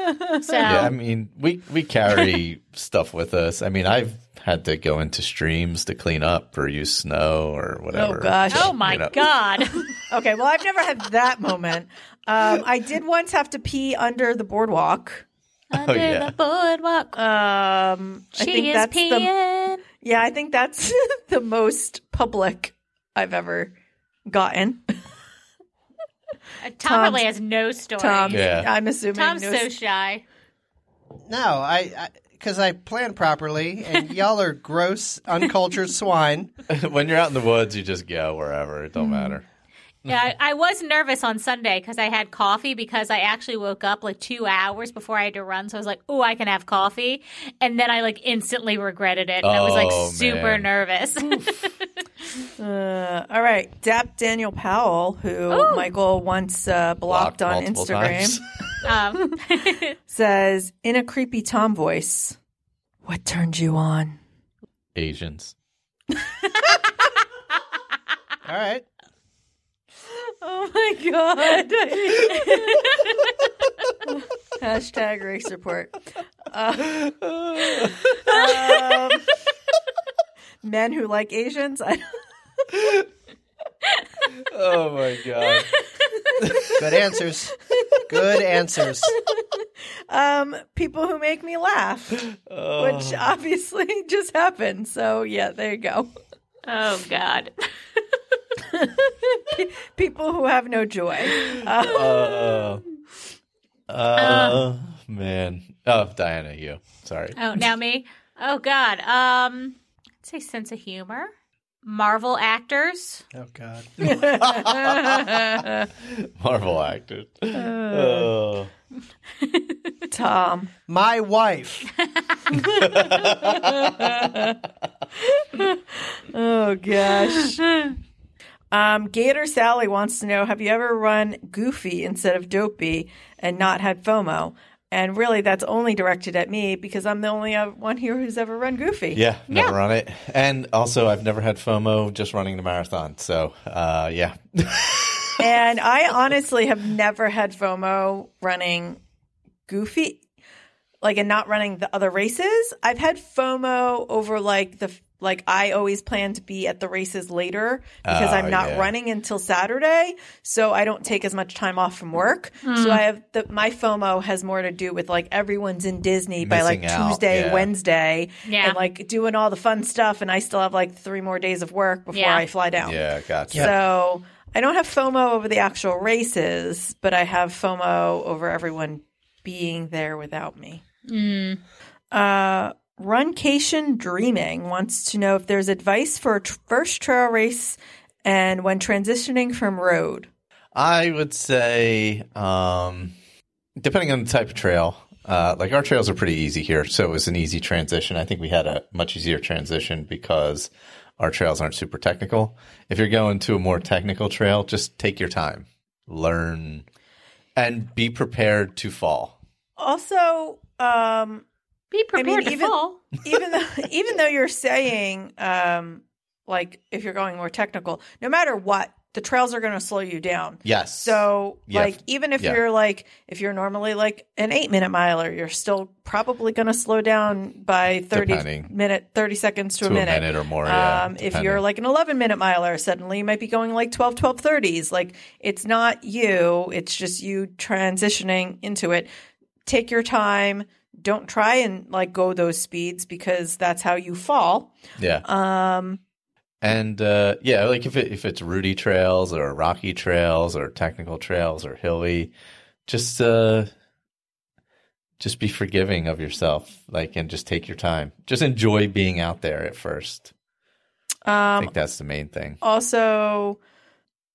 E: Yeah, I mean, we we carry [laughs] stuff with us. I mean, I've had to go into streams to clean up or use snow or whatever.
C: gosh.
D: Oh my
E: You know. [laughs] Oh,
D: god.
C: Okay, well, I've never had that moment. Um, I did once have to pee under the boardwalk.
D: Under
E: yeah.
D: the boardwalk.
C: Um, I think
D: She is
C: that's the
D: peeing.
C: yeah, I think that's [laughs] the most public I've ever gotten.
D: Uh, Tom
C: Tom's-
D: really has no story.
C: Tom,
E: Yeah.
C: [laughs] I'm assuming
D: Tom's
C: no-
D: so shy.
B: No, I because I, plan properly, and y'all are gross, uncultured swine.
E: [laughs] when you're out in the woods, you just go wherever. It
D: Mm.
E: don't matter.
D: Yeah,
E: Mm-hmm.
D: I, I was nervous on Sunday because I had coffee because I actually woke up like two hours before I had to run. So I was like, oh, I can have coffee. And then I like instantly regretted it. And I was
E: Oh,
D: like super
E: man.
D: nervous. [laughs]
C: Uh, all right, Dap Daniel Powell, who Michael once uh, blocked, on
E: multiple
C: Instagram,
E: [laughs] times.
D: um,
C: says in a creepy Tom voice, "What turned you on?"
E: Asians.
B: All right,
C: Oh my god! Hashtag race [laughs] report. Uh, um, men who like Asians. I,
E: Oh my god.
B: good answers. Good answers.
C: um, people who make me laugh, which obviously [laughs] just happened. So yeah, there you go.
D: oh, God.
C: People who have no joy. Uh,
E: Uh, uh, man. Oh, Diana, you. Sorry.
D: Oh, now me. Oh, God. Um, I'd say sense of humor. Marvel actors.
B: Oh God.
E: Marvel actor. Oh.
C: Tom.
B: My wife. [sighs]
C: Oh gosh. [laughs] Um, Gator Sally wants to know: Have you ever run Goofy instead of Dopey and not had FOMO? And really, that's only directed at me because I'm the only uh, one here who's ever run Goofy.
E: Yeah, never on it. And also, I've never had FOMO just running the marathon. So, uh, yeah.
C: And I honestly have never had FOMO running Goofy, like, and not running the other races. I've had FOMO over like the like I always plan to be at the races later because
E: Oh,
C: I'm not
E: yeah.
C: running until Saturday, so I don't take as much time off from work.
D: Hmm.
C: So I have the, my FOMO has more to do with like everyone's in Disney by like
E: Missing out,
C: Tuesday,
E: yeah.
C: Wednesday,
D: Yeah.
C: and like doing all the fun stuff, and I still have like three more days of work before
D: Yeah.
C: I fly down.
E: Yeah, gotcha.
C: So I don't have FOMO over the actual races, but I have FOMO over everyone being there without me. Uh, Runcation Dreaming wants to know if there's advice for a tr- first trail race and when transitioning from road.
E: I would say, um, depending on the type of trail, uh, like our trails are pretty easy here, so it was an easy transition. I think we had a much easier transition because our trails aren't super technical. If you're going to a more technical trail, just take your time, learn, and be prepared to fall.
C: Also, um,
D: Be prepared to
C: even-
D: fall.
C: even though [laughs] even though you're saying um, like if you're going more technical, no matter what, the trails are going to slow you down.
E: Yes.
C: So
E: Yeah.
C: like even if
E: Yeah.
C: you're like if you're normally like an eight minute miler, you're still probably going to slow down by thirty
E: Depending.
C: minute thirty seconds to,
E: to a minute, or more. yeah,
C: um, if
E: depending.
C: you're like an 11 minute miler, suddenly you might be going like 12, 12 30s. Like it's not you, it's just you transitioning into it. Take your time. Don't try and like go those speeds because that's how you fall.
E: yeah,
C: Um,
E: And uh, yeah, like if it, if it's rooty trails or rocky trails or technical trails or hilly, just uh, just be forgiving of yourself, like, and just take your time. Just enjoy being out there at first. I
C: um,
E: think that's the main thing.
C: also,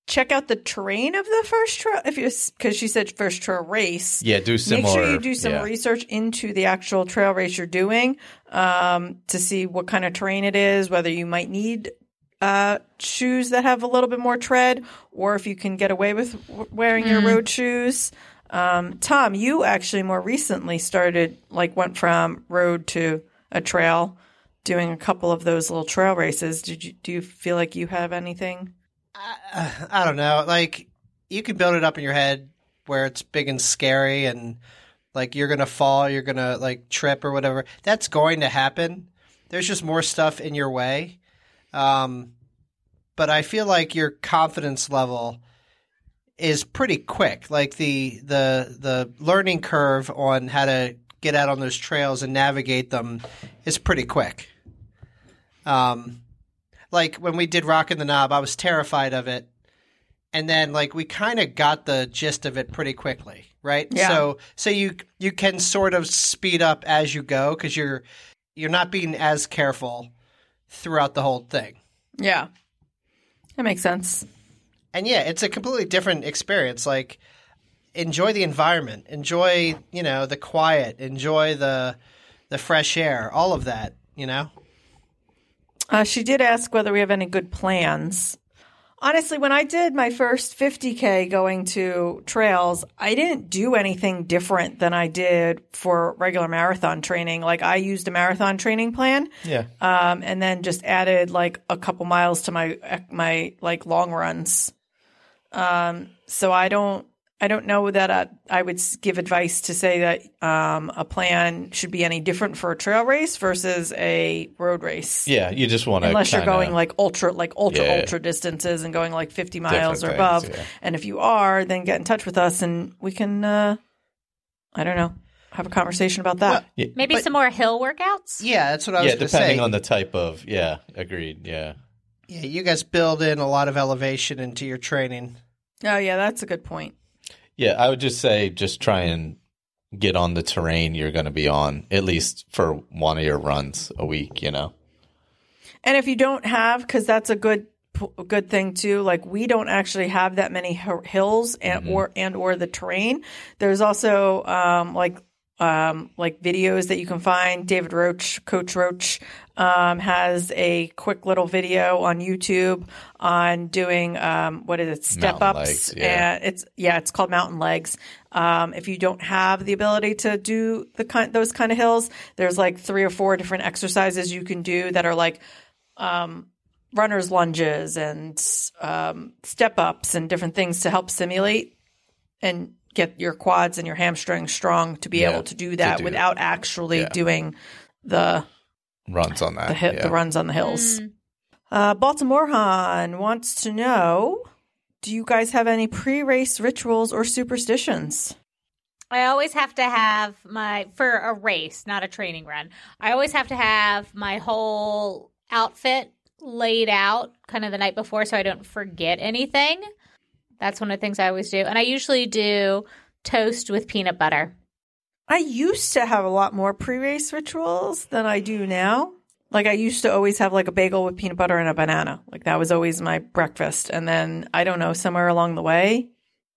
C: check out the terrain of the first trail if you because she said first trail race.
E: Yeah, do similar.
C: Make sure you do some
E: yeah.
C: research into the actual trail race you're doing um, to see what kind of terrain it is, whether you might need uh, shoes that have a little bit more tread, or if you can get away with w- wearing your road shoes. Um, Tom, you actually more recently started, like, went from road to a trail, doing a couple of those little trail races. Did you do you feel like you have anything?
B: I, I don't know. Like you can build it up in your head where it's big and scary, and like you're gonna fall, you're gonna like trip or whatever. That's going to happen. There's just more stuff in your way. Um, but I feel like your confidence level is pretty quick. Like the the the learning curve on how to get out on those trails and navigate them is pretty quick. Um, like when we did Rockin' the Knob, I was terrified of it. And then like we kind of got the gist of it pretty quickly, right?
C: Yeah.
B: So so you you can sort of speed up as you go cuz you're you're not being as careful throughout the whole thing.
C: Yeah, that makes sense.
B: And yeah, it's a completely different experience. Like enjoy the environment, enjoy, you know, the quiet, enjoy the the fresh air, all of that, you know?
C: Uh, she did ask whether we have any good plans. Honestly, when I did my first 50K going to trails, I didn't do anything different than I did for regular marathon training. Like, I used a marathon training plan
E: Yeah,
C: um, and then just added like a couple miles to my my like long runs. Um, so I don't I don't know that I, I would s- give advice to say that um, a plan should be any different for a trail race versus a road race
E: yeah. You just want to
C: unless you're going like ultra like ultra
E: Yeah.
C: ultra distances and going like 50 miles or
E: things,
C: above
E: yeah.
C: and if you are then get in touch with us and we can uh i don't know have a conversation about that
D: Maybe some more hill workouts.
B: Yeah, that's what I
E: yeah,
B: was going to
E: depending
B: say.
E: on the type of yeah. Agreed. Yeah,
B: yeah, you guys build in a lot of elevation into your training.
C: oh yeah that's a good point
E: yeah. I would just say just try and get on the terrain you're going to be on at least for one of your runs a week. You know.
C: and if you don't have because that's a good p- good thing too like we don't actually have that many h- hills
E: Mm-hmm.
C: and or and or the terrain there's also um like um, like videos that you can find. David Roach, Coach Roach, um, has a quick little video on YouTube on doing um, what is it, step
E: Mountain
C: ups,
E: legs, yeah.
C: and it's yeah, it's called Mountain Legs. Um, if you don't have the ability to do the kind those kind of hills, there's like three or four different exercises you can do that are like runner's lunges and um, step ups and different things to help simulate and get your quads and your hamstrings strong to be
E: Yeah,
C: able to do that
E: do-
C: without actually
E: yeah.
C: doing the
E: runs on that.
C: the, hit,
E: yeah.
C: the runs on the hills. Uh, Baltimore Han wants to know: Do you guys have any pre-race rituals or superstitions?
D: I always have to have my for a race, not a training run. I always have to have my whole outfit laid out kind of the night before so I don't forget anything. That's one of the things I always do. And I usually do toast with peanut butter.
C: I used to have a lot more pre-race rituals than I do now. Like I used to always have like a bagel with peanut butter and a banana. Like that was always my breakfast. And then I don't know somewhere along the way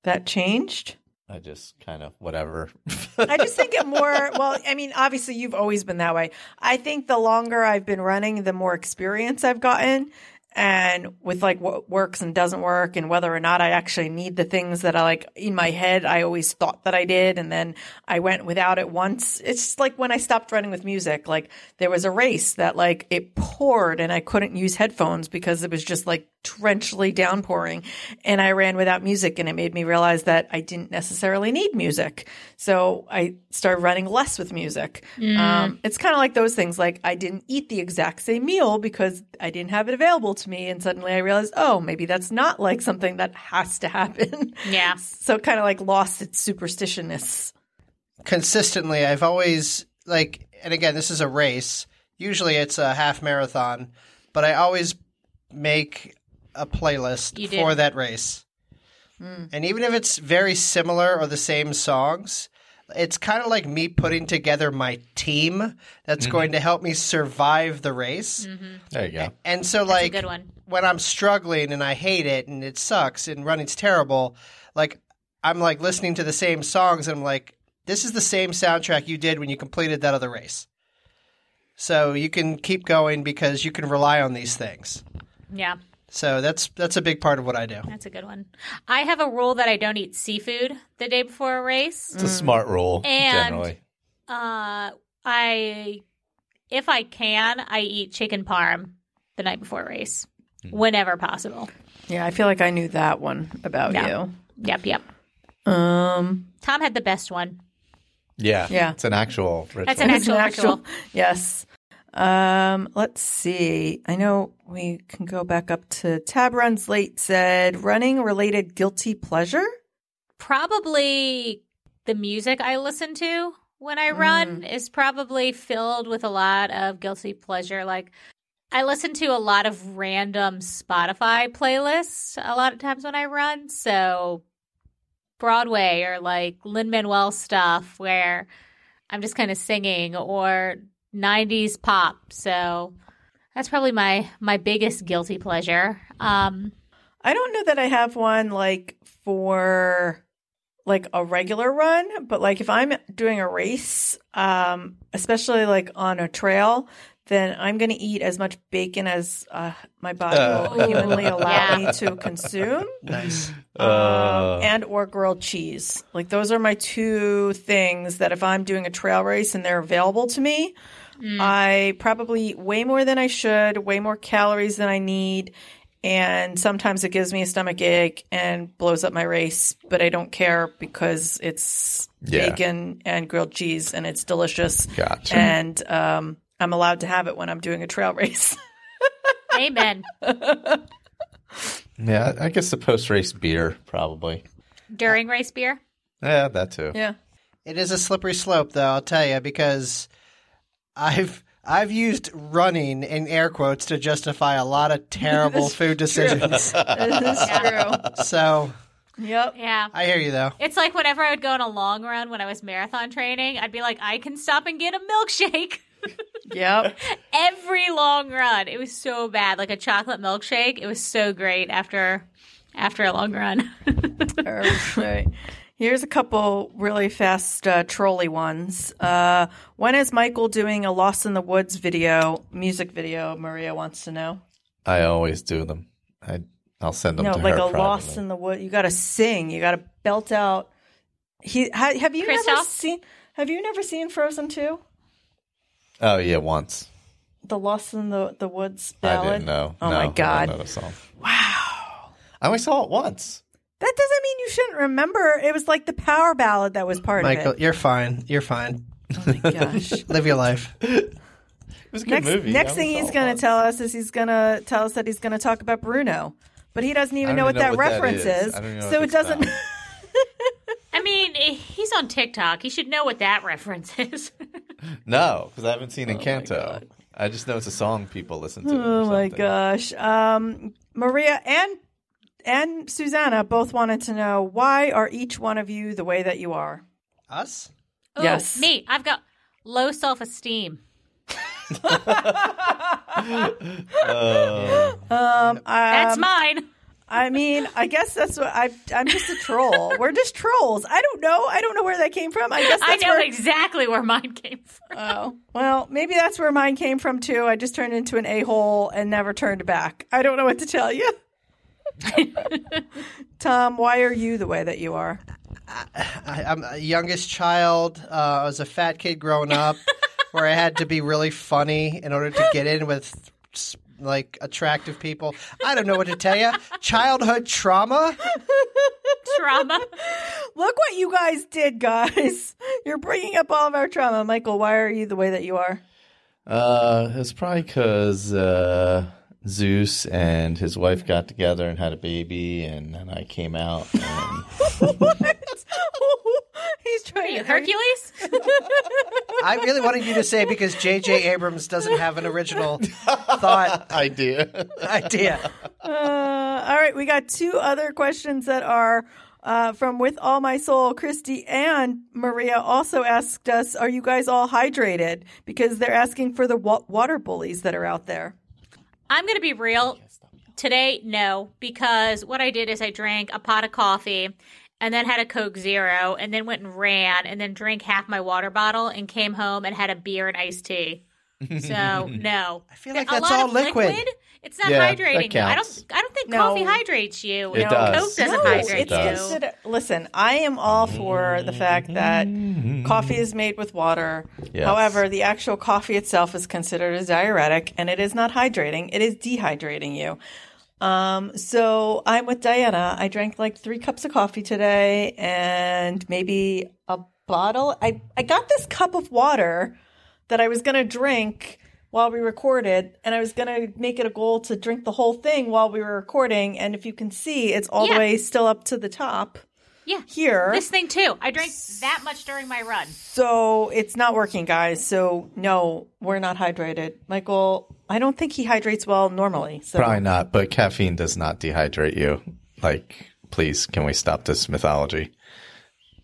C: that changed.
E: I just kind of whatever. [laughs]
C: [laughs] I just think it more well, I mean, obviously you've always been that way. I think the longer I've been running, the more experience I've gotten and with like what works and doesn't work and whether or not I actually need the things that I like in my head I always thought that I did and then I went without it once. It's just like when I stopped running with music, like there was a race that like it poured and I couldn't use headphones because it was just like torrentially downpouring and I ran without music and it made me realize that I didn't necessarily need music. So I started running less with music. Um, it's kind of like those things. Like I didn't eat the exact same meal because I didn't have it available to me. And suddenly I realized, oh, maybe that's not like something that has to [laughs] happen.
D: Yeah.
C: so kind of like lost its superstitionness.
B: consistently i've always like and again this is a race usually it's a half marathon but i always make a
D: You
B: playlist
D: do. Hmm.
B: for that race and even if it's very similar or the same songs it's kind of like me putting together my team that's going to help me survive the race
E: there you go.
B: and so
D: Mm-hmm. a
B: like
D: good one.
B: when I'm struggling and I hate it and it sucks and running's terrible, like I'm like listening to the same songs and I'm like, this is the same soundtrack you did when you completed that other race. So you can keep going because you can rely on these things.
D: Yeah.
B: So that's that's a big part of what I do.
D: That's a good one. I have a rule that I don't eat seafood the day before a race.
E: It's
C: Mm.
E: a smart rule
D: And-
E: generally.
D: Uh, I, if I can, I eat chicken parm the night before a race, whenever possible.
C: Yeah, I feel like I knew that one about
D: Yeah. Yep, yep.
C: you. Um,
D: Tom had the best one.
E: Yeah.
C: Yeah.
E: It's an actual ritual.
D: That's an actual, ritual.
C: Yes. Um, let's see. I know we can go back up to Tab Runs Late said running related guilty pleasure.
D: Probably the music I listen to when I run is probably filled with a lot of guilty pleasure. Like I listen to a lot of random Spotify playlists a lot of times when I run. So Broadway or like Lin Manuel stuff where I'm just kind of singing or 90s pop. So that's probably my my biggest guilty pleasure. Um
C: I don't know that I have one like for like a regular run, but like if I'm doing a race, um, especially like on a trail, then I'm going to eat as much bacon as uh, my body will
D: Uh.
C: humanly
D: [laughs] Yeah.
C: allow me to consume.
B: Nice.
E: Uh,
C: um, and or grilled cheese. Like those are my two things that if I'm doing a trail race and they're available to me,
E: Mm.
C: I probably eat way more than I should, way more calories than I need, and sometimes it gives me a stomach ache and blows up my race, but I don't care because it's
E: Yeah.
C: bacon and grilled cheese and it's delicious,
E: gotcha.
C: and um, I'm allowed to have it when I'm doing a trail [laughs] race.
D: amen.
E: Yeah, I guess the post race beer probably.
D: During race beer.
E: Yeah, that too.
C: yeah.
B: It is a slippery slope, though. I'll tell you because I've I've used running in air quotes to justify a lot of terrible food decisions.
C: This is true.
B: so
C: [laughs] Yep.
D: Yeah.
B: I hear you though.
D: It's like whenever I would go on a long run when I was marathon training, I'd be like, I can stop and get a milkshake [laughs]
C: Yep.
D: every long run. It was so bad, like a chocolate milkshake. It was so great after after a long run. [laughs]
C: All Oh, right. Here's a couple really fast uh, trolley ones. Uh, when is Michael doing a Lost in the Woods video, music video? Maria wants to know.
E: I always do them. I I'll send them
C: no,
E: to
C: like
E: her
C: a Lost
E: privately.
C: in the Woods. You got to sing. You got to belt out. He ha, have you never
D: Kristoff?
C: seen? Have you never seen Frozen two?
E: Oh yeah, once.
C: The Lost in the the Woods
E: I
C: ballad.
E: didn't know.
C: Oh
E: No, I
C: my
E: don't
C: god,
E: know the song. Wow. I only saw it once.
C: that doesn't mean you shouldn't remember. It was like the power ballad that was part
B: Michael,
C: of it.
B: you're fine. You're fine.
C: Oh my gosh.
B: Live your life.
E: It was a good
C: Next,
E: movie. I
C: next
E: only
C: thing
E: saw
C: he's
E: it
C: going
E: once.
C: to tell us is he's going to tell us that he's going to talk about Bruno, but he doesn't
E: I
C: even know
E: don't
C: what that
E: even know what that
C: reference
E: is.
C: is.
E: I don't even know
C: so
E: what
C: it
E: that's
C: doesn't.
E: about.
D: I mean, eh, he's on TikTok. He should know what that reference [laughs] is.
E: No, because I haven't seen Encanto. I just know it's a song people listen to. or
C: [laughs] oh my
E: something.
C: gosh, um, Maria and and Susanna both wanted to know why are each one of you the way that you are.
B: Us?
D: Ooh,
C: Yes.
D: Me, I've got low self esteem.
C: Uh, Um,
D: That's
C: um,
D: mine.
C: I mean, I guess that's what I, I'm just a troll. We're just trolls. I don't know. I don't know where that came from. I guess
D: [laughs] I
C: that's
D: know
C: where.
D: exactly where mine came from. [laughs]
C: Oh, well, maybe that's where mine came from too. I just turned into an a hole and never turned back. I don't know what to tell you. Tom, why are you the way that you are?
B: I, I'm a youngest child. Uh, I was a fat kid growing up, where I had to be really funny in order to get in with s- like attractive people. I don't know what to tell you. Childhood trauma.
D: Trauma.
C: Look what you guys did, guys. You're bringing up all of our trauma. Michael, why are you the way that you are? [laughs]
E: Uh, it's probably because uh, Zeus and his wife got together and had a baby, and then I came [laughs] out. And
C: He's
D: Are
C: trying
D: you
C: to
D: Hercules? [laughs]
B: I really wanted you to say because J.J. Abrams doesn't have an original thought
E: I do.
B: idea.
C: Uh, all right, we got two other questions that are uh, from With All My Soul. Christy and Maria also asked us, Are you guys all hydrated? Because they're asking for the wa- water bullies that are out there.
D: I'm going to be real. Today, no, because what I did is I drank a pot of coffee and then had a Coke Zero and then went and ran and then drank half my water bottle and came home and had a beer and iced tea. So, no. I
B: feel like that's all liquid.
D: It's not
E: Yeah, that
D: hydrating. though. I
E: counts.
D: don't I don't think
C: No.
D: coffee hydrates you.
E: It
D: and
E: does.
D: Coke doesn't
E: No,
D: hydrate
E: it's
D: you.
E: considered-
C: Listen, I am all for the fact that coffee is made with water.
E: Yes.
C: However, the actual coffee itself is considered a diuretic and it is not hydrating, it is dehydrating you. Um, so I'm with Diana. I drank like three cups of coffee today and maybe a bottle. I, I got this cup of water that I was going to drink while we recorded and I was going to make it a goal to drink the whole thing while we were recording. And if you can see, it's all the
D: Yeah.
C: way still up to the top
D: Yeah.
C: here.
D: This thing too. I drank that much during my run.
C: so it's not working guys. So no, we're not hydrated. Michael, I don't think he hydrates well normally. So
E: Probably not, but caffeine does not dehydrate you. Like, please, can we stop this mythology?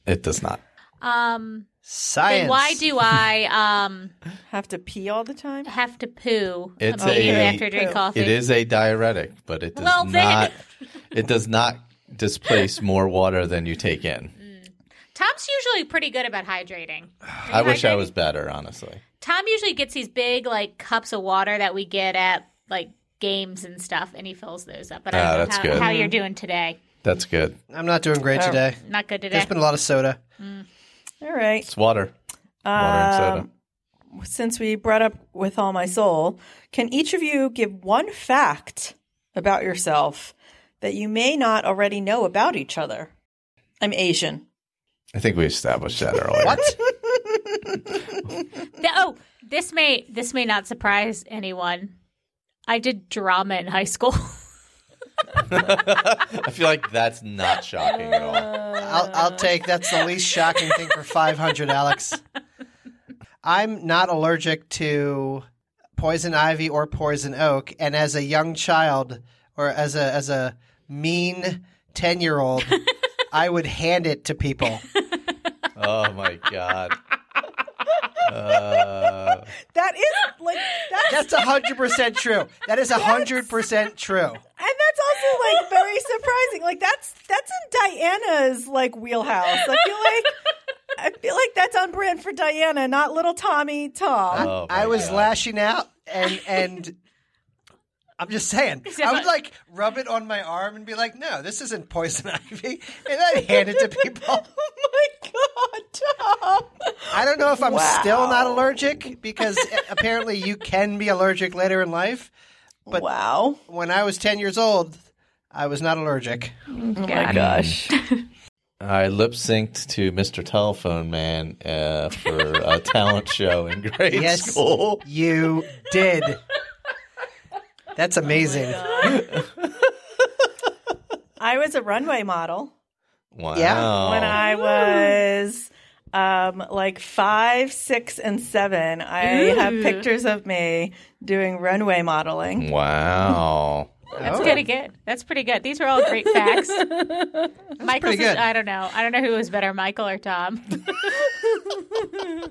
E: It does not.
D: Um
B: Science.
D: then why do I um
C: have to pee all the time.
D: have to poo
E: It's
D: immediately
E: a-
D: after I drink
C: Poo.
D: coffee?
E: It is a diuretic, but it does
D: Well, then-
E: not. [laughs] It does not displace more water than you take in.
D: Tom's usually pretty good about
E: [sighs]
D: hydrating.
E: I wish I was better, honestly.
D: Tom usually gets these big like cups of water that we get at like games and stuff, and he fills those up. But I
E: Ah,
D: don't know
E: that's
D: how,
E: good.
D: how you're doing today.
E: That's good.
B: I'm not doing great today.
D: Not good today.
B: There's been a lot of soda.
C: All right.
E: It's water. Water and soda.
C: since we brought up with all my soul, can each of you give one fact about yourself that you may not already know about each other? I'm Asian.
E: I think we established that earlier.
B: What?
D: Th- oh, this may this may not surprise anyone. I did drama in high school. [laughs]
E: I feel like that's not shocking at all.
B: I'll, I'll take that's the least shocking thing for 500, Alex. I'm not allergic to poison ivy or poison oak, and as a young child or as a as a mean ten year old, I would hand it to people.
E: Oh my god. Uh,
C: That is like that's
B: That's hundred percent true. That is hundred percent true.
C: and that's also like very surprising. Like that's that's in Diana's like wheelhouse. I feel like I feel like that's on brand for Diana, not little Tommy Tom.
E: oh my
B: I was
E: God.
B: lashing out and and. I'm just saying. I would like rub it on my arm and be like, "No, this isn't poison [laughs] ivy," and I'd hand it to people.
C: [laughs] oh my god, Tom.
B: I don't know if I'm
C: Wow.
B: still not allergic because eh, apparently you can be allergic later in life. But-
C: wow.
B: When I was 10 years old, I was not allergic.
C: Oh my gosh.
E: I lip synced to Mr. Telephone Man uh, for a talent show in grade
B: Yes.
E: school.
B: You did.
E: Oh
B: That's amazing.
C: I was a runway model
E: Wow.
B: Yeah,
C: when I was um, like five, six, and seven. I have pictures of me doing runway modeling.
E: Wow.
D: That's
B: Oh.
D: pretty good. That's pretty good. These are all great facts. Michael's
B: pretty
D: is-
B: good.
D: I don't know. I don't know who was better, Michael or Tom. because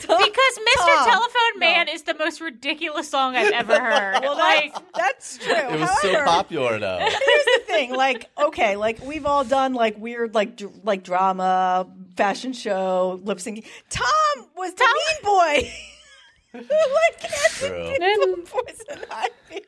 D: Mr.
C: Tom.
D: Telephone Man is the most ridiculous song I've ever heard. like
C: That's true.
E: It was so
C: However,
E: popular though.
C: here's the thing like okay like we've all done like weird like d- like drama fashion show lip syncing tom was the mean boy [laughs] like that's
E: True.
C: the poison ivy.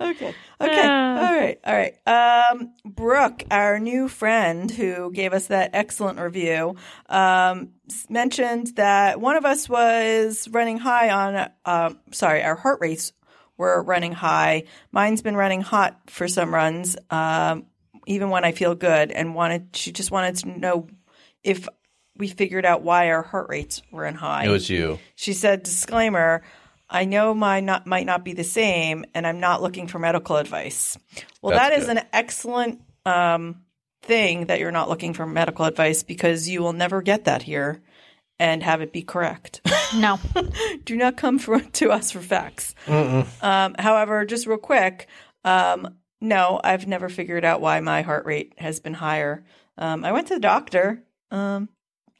C: okay okay all right all right um brooke our new friend who gave us that excellent review um s- mentioned that one of us was running high on um sorry our heart rates were running high. Mine's been running hot for some runs, um, even when I feel good, and wanted she just wanted to know if we figured out why our heart rates were in high.
E: It was you.
C: She said, disclaimer, I know my not might not be the same, and I'm not looking for medical advice. Well,
E: That's
C: that is
E: good.
C: an excellent um, thing that you're not looking for medical advice because you will never get that here and have it be correct. [laughs]
D: no.
C: do not come for, to us for facts. Um, however, just real quick, um, no, I've never figured out why my heart rate has been higher. Um, I went to the doctor. Um,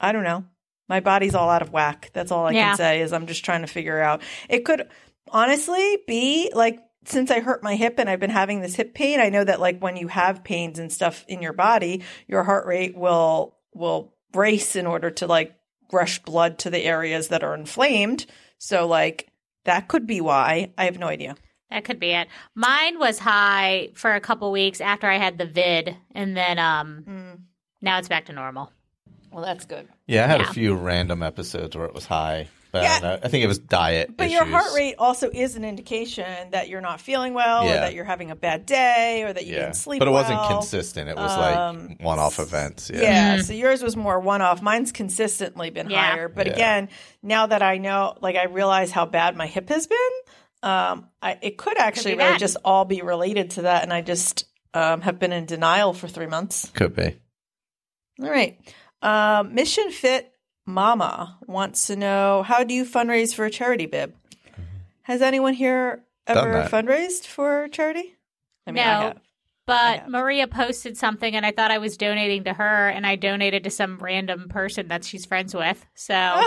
C: I don't know. My body's all out of whack. That's all I
D: Yeah.
C: can say is I'm just trying to figure out. It could honestly be like since I hurt my hip and I've been having this hip pain, I know that like when you have pains and stuff in your body, your heart rate will will brace in order to like rush blood to the areas that are inflamed. So like that could be why. I have no idea.
D: That could be it. Mine was high for a couple weeks after I had the vid and then um now it's back to normal.
C: Well, that's good.
E: Yeah, I had
D: Yeah.
E: a few random episodes where it was high, but I, don't know. I think it was diet.
C: But your
E: issues.
C: heart rate also is an indication that you're not feeling well, or
E: Yeah.
C: that you're having a bad day, or that you
E: yeah,
C: didn't sleep.
E: but it wasn't
C: well.
E: consistent. It was
C: Um,
E: like one-off events. Yeah.
C: Yeah, so yours was more one off. Mine's consistently been
D: Mm-hmm. Yeah.
C: higher. But
E: Yeah.
C: again, now that I know, like, I realize how bad my hip has been, um, I, it could actually
D: be
C: really
D: that.
C: just all be related to that. And I just um, have been in denial for three months.
E: could be.
C: All right. Um, Mission Fit Mama wants to know how do you fundraise for a charity bib? Has anyone here
E: Mm-hmm. Done
C: ever
E: that.
C: fundraised for charity? I mean,
D: No.
C: I have. I
D: But
C: have.
D: Maria posted something and I thought I was donating to her and I donated to some random person that she's friends with.
C: [laughs]
D: So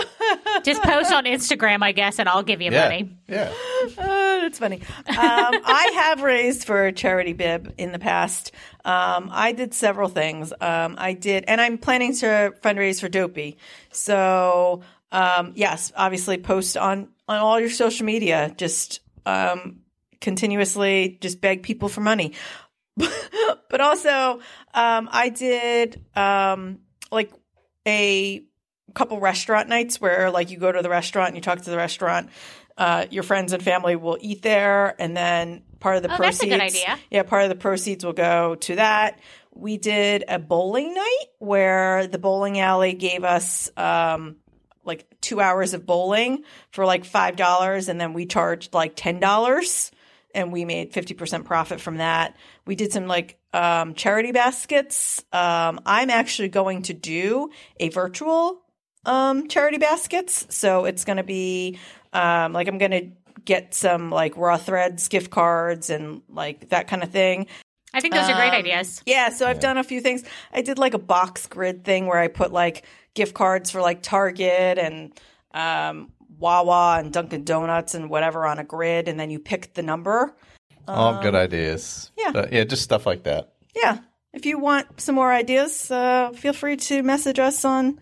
D: just post on Instagram, I guess, and I'll give you
E: Yeah,
D: money.
E: yeah.
C: Oh, that's funny. Um, I have raised for a charity bib in the past. Um, I did several things. Um, I did, and I'm planning to fundraise for Dopey. So, um, yes, obviously, post on on all your social media. Just um, continuously, just beg people for money. [laughs] but also, um, I did um, like a couple restaurant nights where like you go to the restaurant and you talk to the restaurant uh, your friends and family will eat there and then part of the
D: Oh, that's a
C: proceeds
D: good idea.
C: yeah part of the proceeds will go to that we did a bowling night where the bowling alley gave us um, like two hours of bowling for like five dollars and then we charged like ten dollars and we made 50% profit from that we did some like um, charity baskets um, i'm actually going to do a virtual um, charity baskets so it's going to be um, like i'm going to get some like raw threads gift cards and like that kind of thing
D: I think those are great
C: Um,
D: ideas.
C: yeah, so I've done a few things. I did like a box grid thing where I put like gift cards for like Target and um, Wawa and Dunkin' Donuts and whatever on a grid, and then you pick the number.
E: All good ideas.
C: Um, yeah.
E: But, yeah, just stuff like that.
C: Yeah. If you want some more ideas, uh, feel free to message us on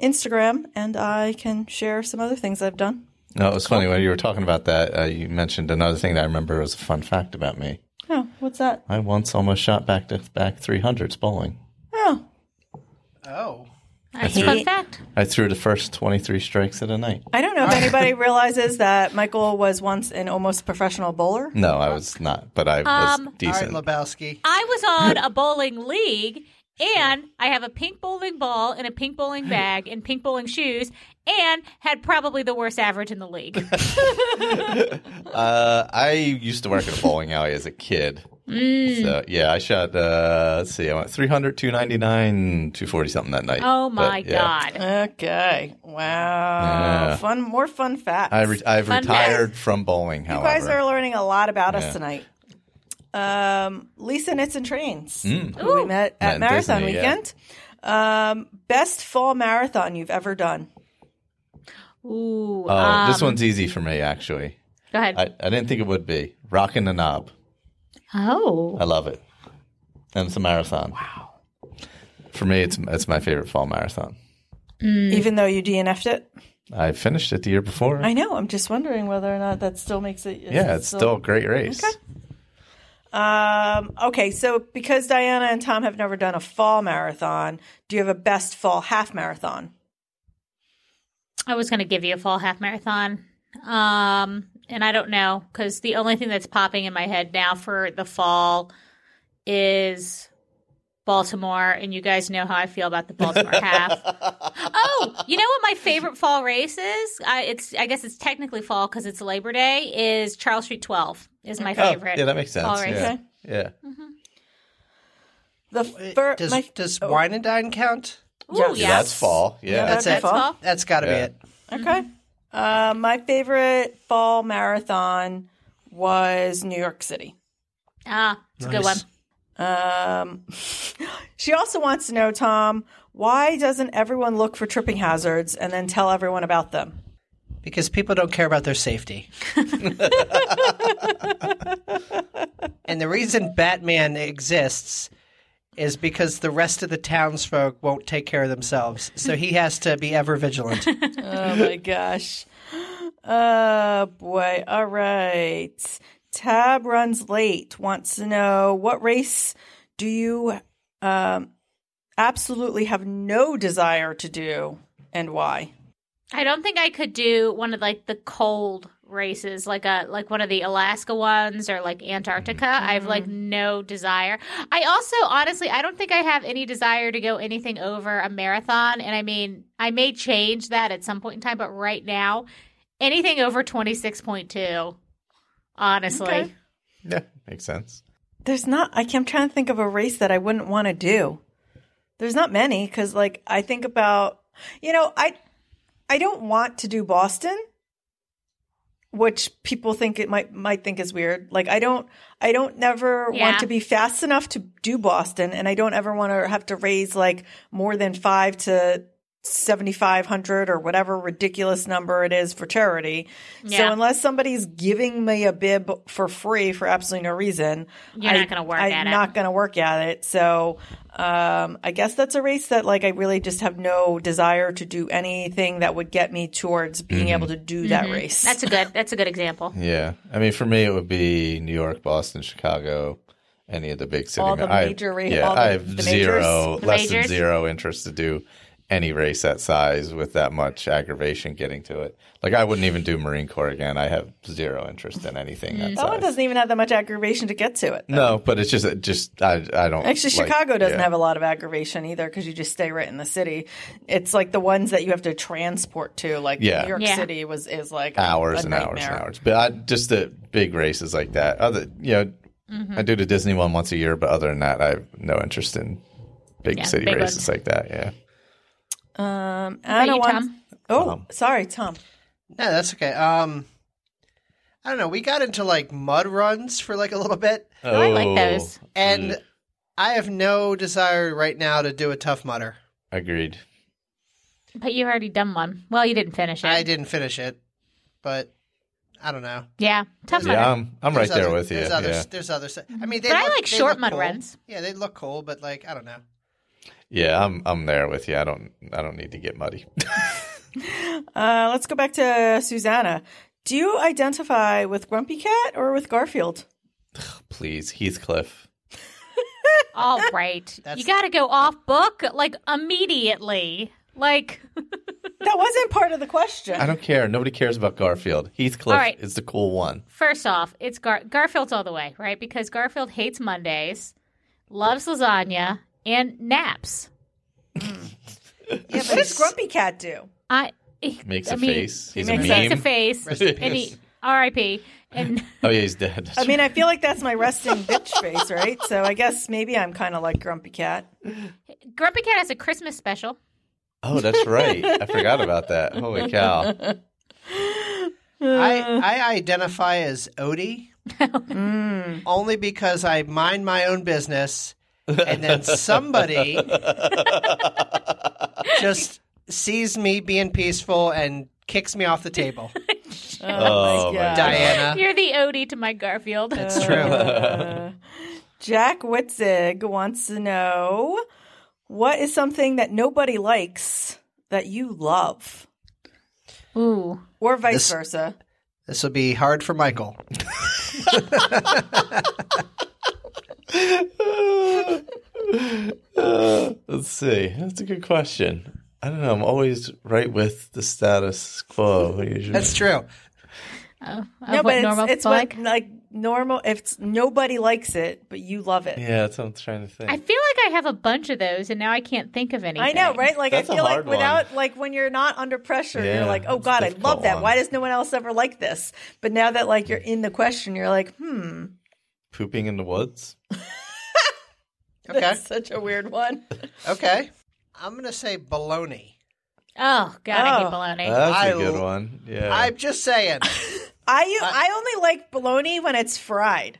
C: Instagram, and I can share some other things I've done.
E: No, it was funny when you were talking about that. Uh, you mentioned another thing that I remember was a fun fact about me.
C: Oh, what's that?
E: I once almost shot back to back 300s bowling.
C: Oh,
B: Oh.
D: That's
C: I
D: a fun
C: hate-
D: fact.
E: I threw the first 23 strikes at a night.
C: I don't know [laughs] if anybody realizes that Michael was once an almost professional bowler.
E: No, I was not, but I was
D: Um,
E: decent.
B: All right, Lebowski.
D: I was on
C: [laughs]
D: a bowling league and I have a pink bowling ball and a pink bowling bag and pink bowling shoes and had probably the worst average in the
C: [laughs]
D: league.
E: uh, I used to work at a bowling alley as a kid.
D: Mm.
E: So, yeah, I shot, uh, let's see, I went 300, 299, 240 something that night.
D: Oh
E: But,
D: my
E: yeah.
D: god.
C: Okay. Wow.
E: Yeah.
C: Fun. More fun facts.
E: I re- I've
D: Fun
E: retired from bowling,
C: you
E: however.
C: guys are learning a lot about
E: Yeah.
C: us tonight. Um, Lisa Knits and Trains,
E: Mm.
C: who we met
E: Met
C: at
E: in
C: Marathon
E: Disney, yeah.
C: Weekend. Um, best fall marathon you've ever done.
D: Ooh.
E: Oh, this
D: um,
E: one's easy for me actually.
D: Go ahead.
E: I, I didn't think it would be rocking the knob.
D: oh.
E: I love it, and it's a marathon. Wow. For me, it's it's my favorite fall marathon.
C: Even though you DNF'd it,
E: I finished it the year before.
C: I know. I'm just wondering whether or not that still makes it. is
E: yeah,
C: it
E: it's still a great race.
C: Okay. Um, okay, so because Diana and Tom have never done a fall marathon, do you have a best fall half marathon?
D: I was going to give you a fall half marathon. Um, and I don't know because the only thing that's popping in my head now for the fall is Baltimore. And you guys know how I feel about the
E: [laughs]
D: Baltimore half. Oh, you know what my favorite fall race is? I, it's I guess it's technically fall because it's Labor Day. Is Charles Street 12 is my
E: Oh,
D: favorite.
E: yeah, that makes sense.
D: All right.
E: Yeah.
C: Okay.
E: yeah.
C: The
B: It-
C: fir-
B: does
C: my-
B: does wine and dine count?
D: Ooh,
C: Yeah.
D: yes.
E: Yeah, That's fall. Yeah.
C: that's
B: it.
D: That's fall.
B: That's got to
E: Yeah.
B: be it.
C: okay. Uh, my favorite fall marathon was New York City.
D: Ah, it's a good one.
B: Nice.
C: Um, she also wants to know, Tom, why doesn't everyone look for tripping hazards and then tell everyone about them?
B: Because people don't care about their safety. [laughs] and the reason Batman exists is because the rest of the townsfolk won't take care of themselves. So he has to be ever vigilant.
C: Oh my gosh. [laughs] Oh boy. All right. Tab runs late. Wants to know what race do you um, absolutely have no desire to do and why?
D: I don't think I could do one of like the cold races, like a like one of the Alaska ones or like Antarctica. I have like no desire. I also honestly, I don't think I have any desire to go anything over a marathon. And I mean, I may change that at some point in time, but right now, anything over twenty six point two. Honestly,
C: Okay.
E: Yeah, makes sense.
C: There's not, I can, I'm trying to think of a race that I wouldn't want to do. There's not many because, like, I think about, you know, I, I don't want to do Boston, which people think it might might think is weird. Like, I don't, I don't never
D: Yeah.
C: want to be fast enough to do Boston, and I don't ever want to have to raise like more than five to seventy five hundred or whatever ridiculous number it is for charity. So
D: Yeah.
C: unless somebody's giving me a bib for free for absolutely no reason,
D: You're not gonna work
C: I'm
D: at it.
C: not going to work at it. So um, I guess that's a race that like I really just have no desire to do anything that would get me towards
E: Mm-hmm.
C: being able to do that race.
D: Mm-hmm. that's a good that's a good example.
E: Yeah. I mean, for me, it would be New York, Boston, Chicago, any of the big cities.
C: All the major ra-
E: Yeah,
C: all the-
E: I have
C: the majors?
E: zero,
D: The
E: less than
D: majors?
E: zero interest to do any race that size with that much aggravation getting to it. Like, I wouldn't even do Marine Corps again. I have zero interest in anything that
C: that one
E: size.
C: doesn't even have that much aggravation to get to it.
E: No, but it's just, it just I, I don't.
C: Actually,
E: like-
C: Chicago doesn't
E: yeah.
C: have a lot of aggravation either because you just stay right in the city. It's like the ones that you have to transport to, like
E: Yeah.
C: New York
D: Yeah.
C: City was is like a-
E: hours
C: a
E: and hours and
C: nightmare.
E: hours. But I, just the big races like that. Other, you know,
D: Mm-hmm.
E: I do the Disney one once a year, but other than that, I have no interest in big
D: Yeah,
E: city
D: big
E: races
D: ones.
E: like that. Yeah.
C: Um,
D: about
C: Anna
D: you,
C: wants-
D: Tom?
C: Oh, sorry, Tom.
B: No, that's okay. Um, I don't know. We got into like mud runs for like a little bit,
D: I like those.
B: Oh, and
E: Mm.
B: I have no desire right now to do a tough mudder.
E: Agreed.
D: But you already done one. Well, you didn't finish it.
B: I didn't finish it, but I don't know.
D: Yeah, tough.
E: Yeah, I'm, I'm right
B: There's
E: there
B: other-
E: with you.
B: There's other,
E: Yeah.
B: there's other. se- I mean, they
D: But I
B: look-
D: like
B: they
D: short
B: look
D: mud
B: cool.
D: runs.
B: Yeah, they look cool, but like I don't know.
E: yeah, I'm I'm there with you. I don't I don't need to get muddy. [laughs]
C: Uh, let's go back to Susanna. Do you identify with Grumpy Cat or with Garfield?
E: Please, Heathcliff.
D: All right.
B: That's-
D: you got to go off book like immediately. Like,
C: That wasn't part of the question.
E: I don't care. Nobody cares about Garfield. Heathcliff
D: All right.
E: is the cool one.
D: first off, it's Gar- Garfield's all the way, right? Because Garfield hates Mondays, loves lasagna, and naps.
B: Yeah,
C: What does Grumpy Cat do?
D: I he-
E: Makes
D: I
E: a
D: mean,
E: face. He's
D: He
E: a
D: makes
E: meme.
D: a face.
B: Rest in
D: and
B: peace.
D: he, R.I.P. And [laughs]
E: Oh yeah, he's dead. [laughs]
C: I mean, I feel like that's my resting bitch face, right? So I guess maybe I'm kind of like Grumpy Cat.
D: Grumpy Cat has a Christmas special. [laughs]
E: oh, that's right. I forgot about that. Holy cow.
B: I, I identify as
D: [laughs]
B: Odie Mm. only because I mind my own
E: [laughs]
B: business and then somebody just sees me being peaceful and kicks me off the table.
D: [laughs]
E: Oh, my God.
B: Diana.
D: You're the Odie to my Garfield.
B: It's true.
C: [laughs] Jack Witzig wants to know what is something that nobody likes that you love,
D: [laughs] Ooh.
C: or vice
B: This-
C: versa.
B: This will be hard for Michael.
E: [laughs] Uh, let's see. That's a good question. I don't know. I'm always right with the status quo. Usually.
B: That's true.
D: Of what normal
C: it's, it's
D: people
C: what,
D: like.
C: like normal. If it's, nobody likes it, but you love it.
E: Yeah, that's what I'm trying to think.
D: I feel like I have a bunch of those, and now I can't think of anything.
C: I know, right? Like
E: That's a
C: I feel
E: hard
C: like
E: one.
C: without like when you're not under pressure,
E: Yeah,
C: you're like, oh
E: that's a
C: god, I
E: difficult
C: love that.
E: one.
C: Why does no one else ever like this? But now that like you're in the question, you're like, hmm,
E: Pooping in the woods.
B: Okay.
C: that's such a weird one.
B: Okay. I'm going to say baloney.
D: Oh God, I
C: Oh.
D: hate baloney.
E: That's a
B: I-
E: good one. Yeah.
B: I'm just saying.
C: I I only like bologna when it's fried.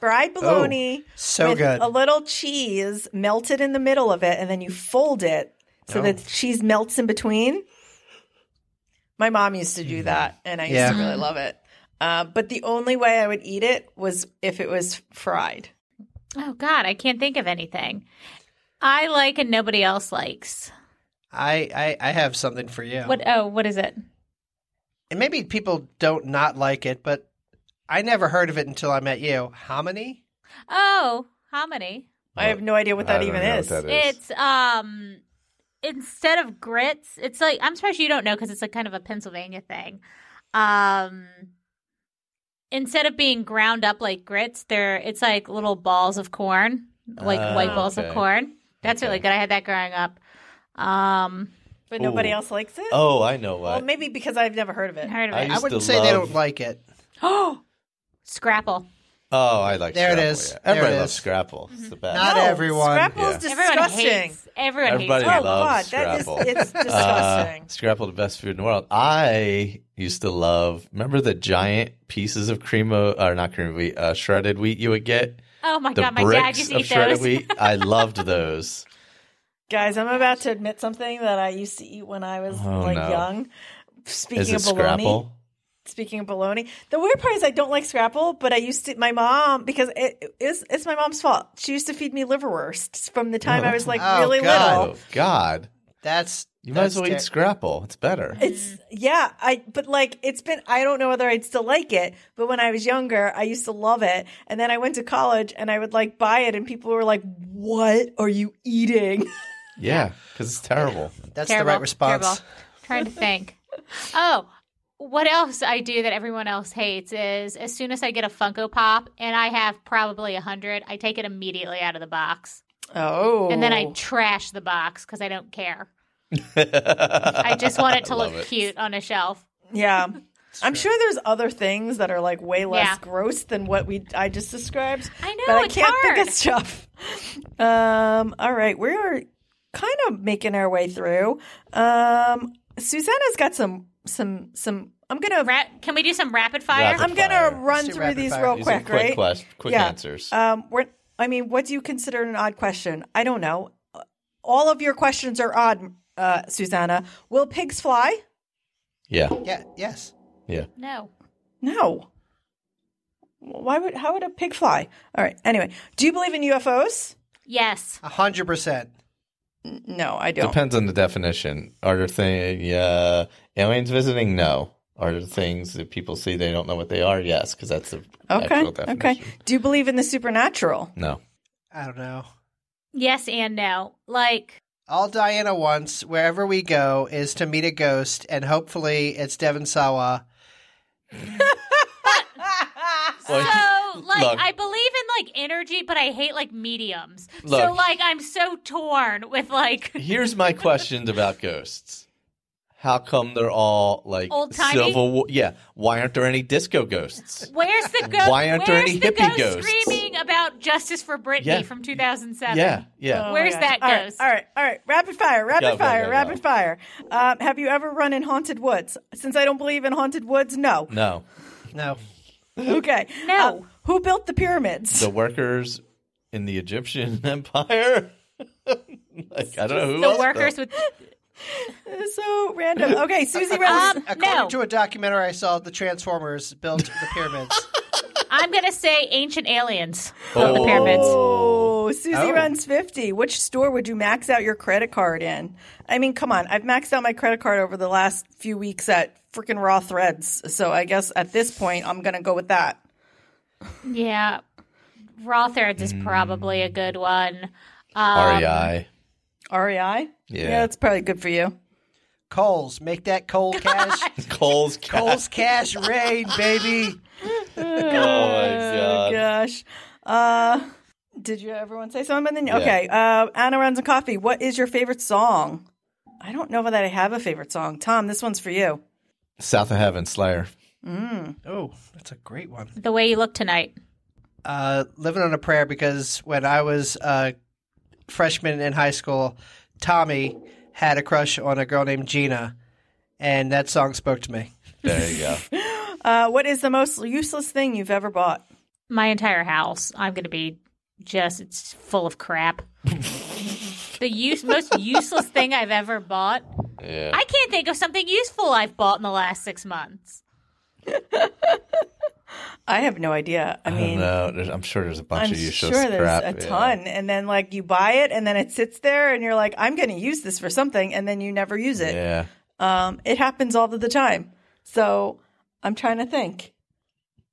C: Fried
E: Oh,
C: bologna
B: So
C: with
B: good.
C: a little cheese melted in the middle of it, and then you fold it so
B: Oh.
C: that the cheese melts in between. My mom used to
E: Mm-hmm.
C: do that, and I used
B: Yeah.
C: to really love it. Uh, but the only way I would eat it was if it was fried.
D: oh God, I can't think of anything. I like and nobody else likes.
B: I, I, I have something for you.
D: What? Oh, what is it?
B: And maybe people don't not like it, but I never heard of it until I met you. Hominy?
D: Oh, hominy.
C: I have no idea what
E: I
C: that
E: don't
C: even
E: know
C: is.
E: what that is.
D: It's um instead of grits, it's like I'm surprised you don't know because it's like kind of a Pennsylvania thing. Um instead of being ground up like grits, they're it's like little balls of corn, like
E: Ah,
D: white balls
E: okay.
D: of corn. That's really
E: Okay.
D: good. I had that growing up. Um
C: But nobody
E: Ooh.
C: else likes it?
E: Oh, I know what.
C: well, maybe because I've never heard
D: [gasps]
C: of it.
D: heard of
E: I
D: it.
B: I
E: used
B: wouldn't
E: to
B: say they
E: love-
B: don't like it.
C: Oh,
D: Scrapple.
E: oh, I like
B: There it
E: Scrapple.
B: is.
E: yeah.
B: There it
E: Everybody
B: is. Mm-hmm.
E: loves Scrapple. It's the best.
B: Not
C: no,
B: everyone.
C: Scrapple's
E: Yeah.
D: Everyone
C: disgusting.
D: hates everyone
E: Everybody
D: hates
C: Oh
D: it.
C: god,
E: loves Scrapple.
C: that is it's disgusting.
E: [laughs] Uh, Scrapple, the best food in the world. I used to love. Remember the giant pieces of cream of, or not cream of wheat, uh, shredded wheat you would get.
D: Oh my
E: The
D: god, my dad
E: bricks
D: used to
E: of
D: eat
E: shredded
D: those.
E: wheat. I loved
D: [laughs]
E: those.
C: Guys, I'm about to admit something that I used to eat when I was
E: Oh,
C: like
E: no.
C: young.
E: Is
C: Speaking
E: it
C: of bologna,
E: Scrapple?
C: speaking of bologna, the weird part is I don't like Scrapple, but I used to my mom because it is it's my mom's fault. She used to feed me liverwurst from the time
E: [laughs]
C: I was like
B: Oh,
C: really
B: God.
C: little.
E: Oh God!
B: That's
E: You might as
B: that's
E: well eat
B: ter-
E: Scrapple. It's
D: [laughs]
E: better.
C: It's yeah, I but like it's been I don't know whether I'd still like it, but when I was younger, I used to love it. And then I went to college and I would like buy it and people were like, "What are you eating?"
E: yeah, because it's terrible.
B: That's
D: Terrible,
B: the right response.
D: terrible. Trying to think. Oh, what else I do that everyone else hates is as soon as I get a Funko Pop, and I have probably a hundred, I take it immediately out of the box,
C: Oh.
D: and then I trash the box because I don't care. [laughs] I just
E: [laughs]
D: want it to
E: Love
D: look cute on a shelf.
C: [laughs] Yeah. I'm sure there's other things that are like way less
D: Yeah.
C: gross than what we I just described.
D: I know,
C: but I
D: it's
C: can't think
D: hard.
C: of stuff. Um, all right, we are kind of making our way through. Um, Susanna's got some some some. I'm gonna
D: Ra- can we do some rapid fire?
E: Rapid
C: I'm gonna
E: fire.
C: run
B: do
C: through
B: rapid
C: these
B: fire.
C: real
E: These are
C: quick,
E: quick
C: right?
E: quest- quick
C: Yeah.
E: answers.
D: Uh,
C: Um, we're, I mean, what do you consider an odd question? I don't know. All of your questions are odd, uh, Susanna. Will pigs fly?
E: yeah,
B: Yeah, yes.
E: yeah.
D: no.
C: No. Why would how would a pig fly? All right. Anyway, do you believe in UFOs?
D: Yes.
B: A hundred percent.
C: No, I don't.
E: Depends on the definition. Are there things uh, aliens visiting? No. Are there things that people see they don't know what they are? Yes, because that's the
C: okay.
E: actual definition.
C: Okay. Do you believe in the supernatural?
E: No.
B: I don't know.
D: Yes and no. Like
B: All Diana wants, wherever we go, is to meet a ghost, and hopefully it's Devon Sawa.
E: Well,
D: so, like
E: look.
D: I believe in like energy, but I hate like mediums. So
E: Look.
D: like I'm so torn with like
E: Here's my questions about ghosts. How come they're all like
D: Old-timey?
E: Civil War? Yeah. Why aren't there any disco ghosts?
D: Where's the
E: [laughs]
D: ghost?
E: Why aren't there
D: where's
E: any
D: the
E: hippie
D: ghost
E: ghosts?
D: screaming about justice for Britney
E: Yeah.
D: from 2007?
E: Yeah. Yeah.
C: Oh my
D: Where's
C: gosh.
D: that
C: All right,
D: ghost?
C: All right, all right. Rapid fire, rapid
E: Go, go,
C: fire,
E: go, go.
C: rapid fire. Um, have you ever run in haunted woods? Since I don't believe in haunted woods, no.
E: No.
B: No.
C: Okay.
D: No.
C: Um, who built the pyramids?
E: The workers in the Egyptian [laughs] Empire. like I don't know who
D: The
E: else
D: workers with
C: [laughs]
E: [laughs]
C: so random. Okay, Susie Rose.
D: [laughs] um,
B: According
D: no.
B: to a documentary I saw, the Transformers built the pyramids.
D: I'm gonna say ancient aliens
E: built
D: of the pyramids.
C: Oh, Susie
B: Oh.
C: runs 50. Which store would you max out your credit card in? I mean, come on. I've maxed out my credit card over the last few weeks at freaking Raw Threads. So I guess at this point, I'm going to go with that.
D: Yeah, raw threads
E: Hmm.
D: is probably a good one. Um,
E: REI.
C: REI? Yeah. that's probably good for you.
B: Coles, make that coal cash.
E: Cole's
C: Oh,
B: Coles cash rain, baby.
E: Oh my
C: Oh,
E: god.
C: gosh. Uh, did you everyone say something?
E: Yeah.
C: Okay. Uh, Anna runs a coffee. What is your favorite song? I don't know that I have a favorite song. Tom, this one's for you.
E: South of Heaven, Slayer.
B: Oh, that's a great one.
D: the way you look tonight.
B: uh, living on a prayer because when I was a freshman in high school, Tommy had a crush on a girl named Gina, and that song spoke to me.
E: There you
C: [laughs]
E: go.
C: Uh, what is the most useless thing you've ever bought?
D: My entire house. I'm gonna be just it's full
E: [laughs]
D: of crap. the use most useless thing I've ever bought.
E: Yeah.
D: I can't think of something useful I've bought in the last six months.
C: I have no idea. I,
E: I don't
C: mean,
E: know. There's, I'm sure there's a bunch
C: I'm
E: of
C: sure
E: useless
C: there's
E: crap.
C: a
E: yeah.
C: ton. And then, like, you buy it and then it sits there and you're like, I'm going to use this for something. And then you never use it.
E: Yeah.
C: Um, it happens all of the time. So I'm trying to think.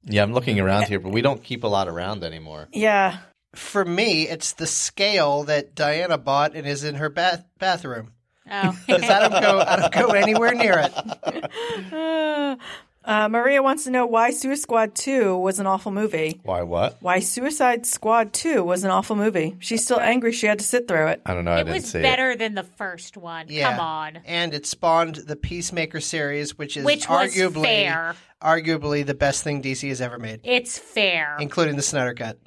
E: Yeah, I'm looking around here, but we don't keep a lot around anymore.
C: Yeah.
B: For me, it's the scale that Diana bought and is in her bath- bathroom.
D: Oh,
E: [laughs]
B: 'Cause I don't go, I don't [laughs] go anywhere near it.
C: Uh, Maria wants to know why Suicide Squad 2 was an awful movie.
E: Why what?
C: Why Suicide Squad 2 was an awful movie. She's still angry she had to sit through it.
E: I don't know. I
D: it
E: didn't
D: was
E: see
D: better than the first one.
B: Yeah.
D: Come on.
B: And it spawned the Peacemaker series, which is
D: Which was
B: arguably
D: fair.
B: arguably the best thing DC has ever made,
D: It's fair.
B: including the Snyder Cut.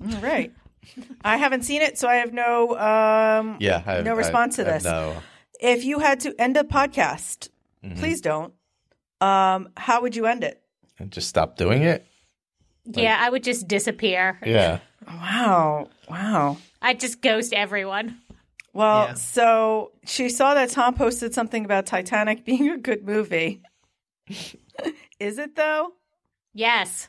C: All right. [laughs] I haven't seen it, so I have no. Um,
E: it. Yeah. I,
C: No
E: I-
C: response to
E: I-
C: this.
E: No.
C: If you had to end a podcast, please don't. Um, how would you end it?
E: And just stop doing it.
D: yeah, I would just disappear.
E: Yeah.
C: Wow. Wow.
D: I'd just ghost everyone.
C: Well,
B: Yeah.
C: so she saw that Tom posted something about Titanic [laughs] being a good movie. Is it though?
D: Yes.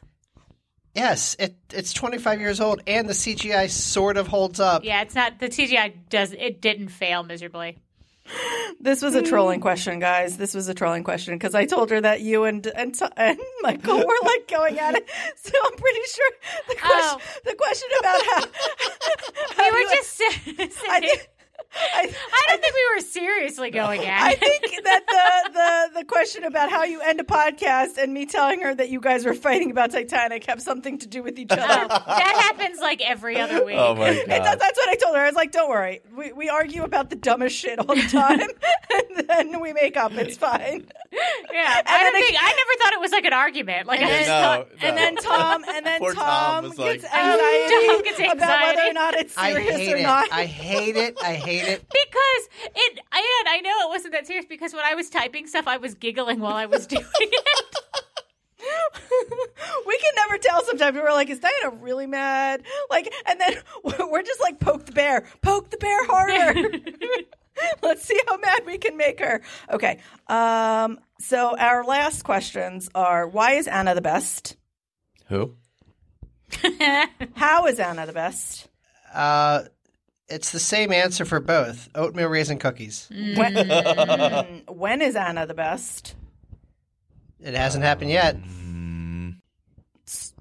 B: Yes, it, it's 25 years old, and the CGI sort of holds up.
D: Yeah, it's not the TGI does it didn't fail miserably.
C: This was a trolling question, guys. This was a trolling question because I told her that you and and, t- and Michael were like going at it. [laughs] So I'm pretty sure the question,
D: Oh.
C: the question about how,
D: We
C: [laughs] how
D: were
C: you-
D: just [laughs] sitting.
C: I, thi- I,
D: I don't think we were seriously going at
C: I [laughs]
D: it.
C: think that the, the the question about how you end a podcast and me telling her that you guys were fighting about Titanic have something to do with each
D: Oh,
C: other.
D: that happens like every other week.
E: [laughs] Oh [laughs] my
C: It does,
E: god.
C: that's what I told her. I was like, "Don't worry, we, we argue about the dumbest shit all the time, [laughs] and then we make up. It's fine."
D: yeah, I
C: then
D: don't
C: it-
D: think I never thought it was like an argument. Like I
E: Yeah,
D: just
E: no,
D: thought
E: no.
C: And then Tom, and then
E: Poor
C: Tom,
E: Tom was like,
C: gets, [laughs] anxiety
D: Tom gets
C: about
D: anxiety.
C: whether or not it's
B: I
C: serious
B: hate
C: or
B: it.
C: not.
B: I hate it. I hate it.
C: [laughs]
D: because it and I know it wasn't that serious because when I was typing stuff I was giggling while I was [laughs] doing it.
C: we can never tell. Sometimes we're like, "Is Diana really mad?" Like, and then [laughs] we're just like, "Poke the bear, poke the bear harder." Let's see how mad we can make her. Okay. Um, so our last questions are: Why is Anna the best?
E: Who?
C: How is Anna the best?
B: Uh, it's the same answer for both oatmeal raisin cookies.
C: When, Mm, when is Anna the best?
B: It hasn't happened yet.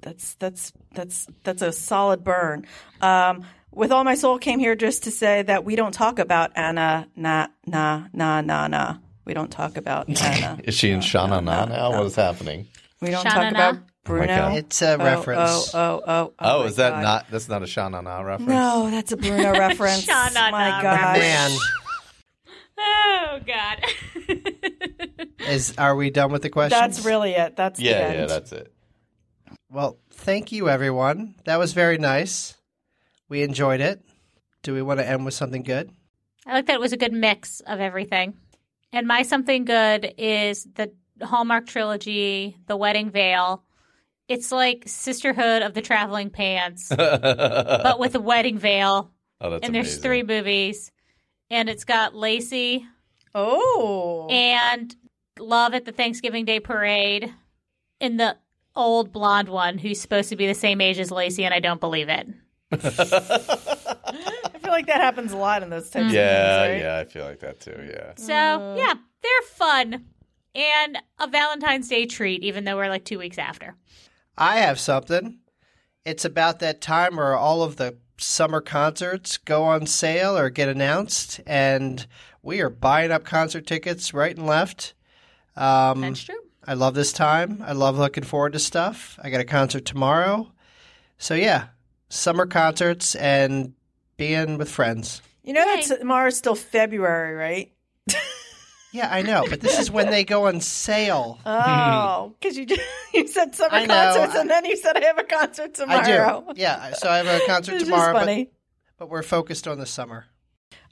C: That's that's that's that's a solid burn. Um, with all my soul came here just to say that we don't talk about Anna na na na na na. We don't
E: [laughs]
C: talk about Anna.
E: Is she in Shana Na now? What is happening?
C: We don't
D: Sha-na-na?
C: talk about
E: Oh God.
C: Bruno.
B: It's a
C: Oh,
B: reference.
C: Oh oh oh.
E: Oh,
C: my
E: is that
C: God.
E: not? That's not a Shana Na reference.
C: No, that's
E: [laughs]
C: a Bruno reference.
D: Sha-na-na
C: my gosh.
B: Man,
D: oh god.
B: Is are we done with the questions?
C: That's really it. That's the
E: Yeah,
C: end.
E: yeah, that's it. [laughs]
B: Well, thank you everyone. That was very nice. We enjoyed it. Do we want to end with something good?
D: I like that it was a good mix of everything. And my something good is the Hallmark trilogy, The Wedding Veil. It's like Sisterhood of the
E: [laughs]
D: Traveling Pants, but with a wedding veil.
E: oh, that's
D: and there's
E: amazing.
D: three movies. And it's got Lacey
C: oh,
D: and Love at the Thanksgiving Day Parade and the old blonde one who's supposed to be the same age as Lacey, and I don't believe it.
C: I feel like that happens a lot in those types.
E: Yeah,
C: of things, right?
E: yeah, I feel like that too. Yeah.
D: So yeah, they're fun and a Valentine's Day treat, even though we're like two weeks after.
B: I have something. It's about that time where all of the summer concerts go on sale or get announced, and we are buying up concert tickets right and left. Um,
D: That's true.
B: I love this time. I love looking forward to stuff. I got a concert tomorrow. So, yeah, summer concerts and being with friends.
C: You know
D: Yay.
C: that tomorrow's still February, right?
B: Yeah, I know, but this is when they go on
C: [laughs]
B: sale.
C: Oh,
B: [laughs]
C: because you just, [laughs] you said summer
B: I know.
C: concerts,
B: I-
C: and then you said I have a concert
B: I
C: tomorrow.
B: do. Yeah, so I have a concert
C: It's just
B: tomorrow, but,
C: funny.
B: but we're focused on the summer.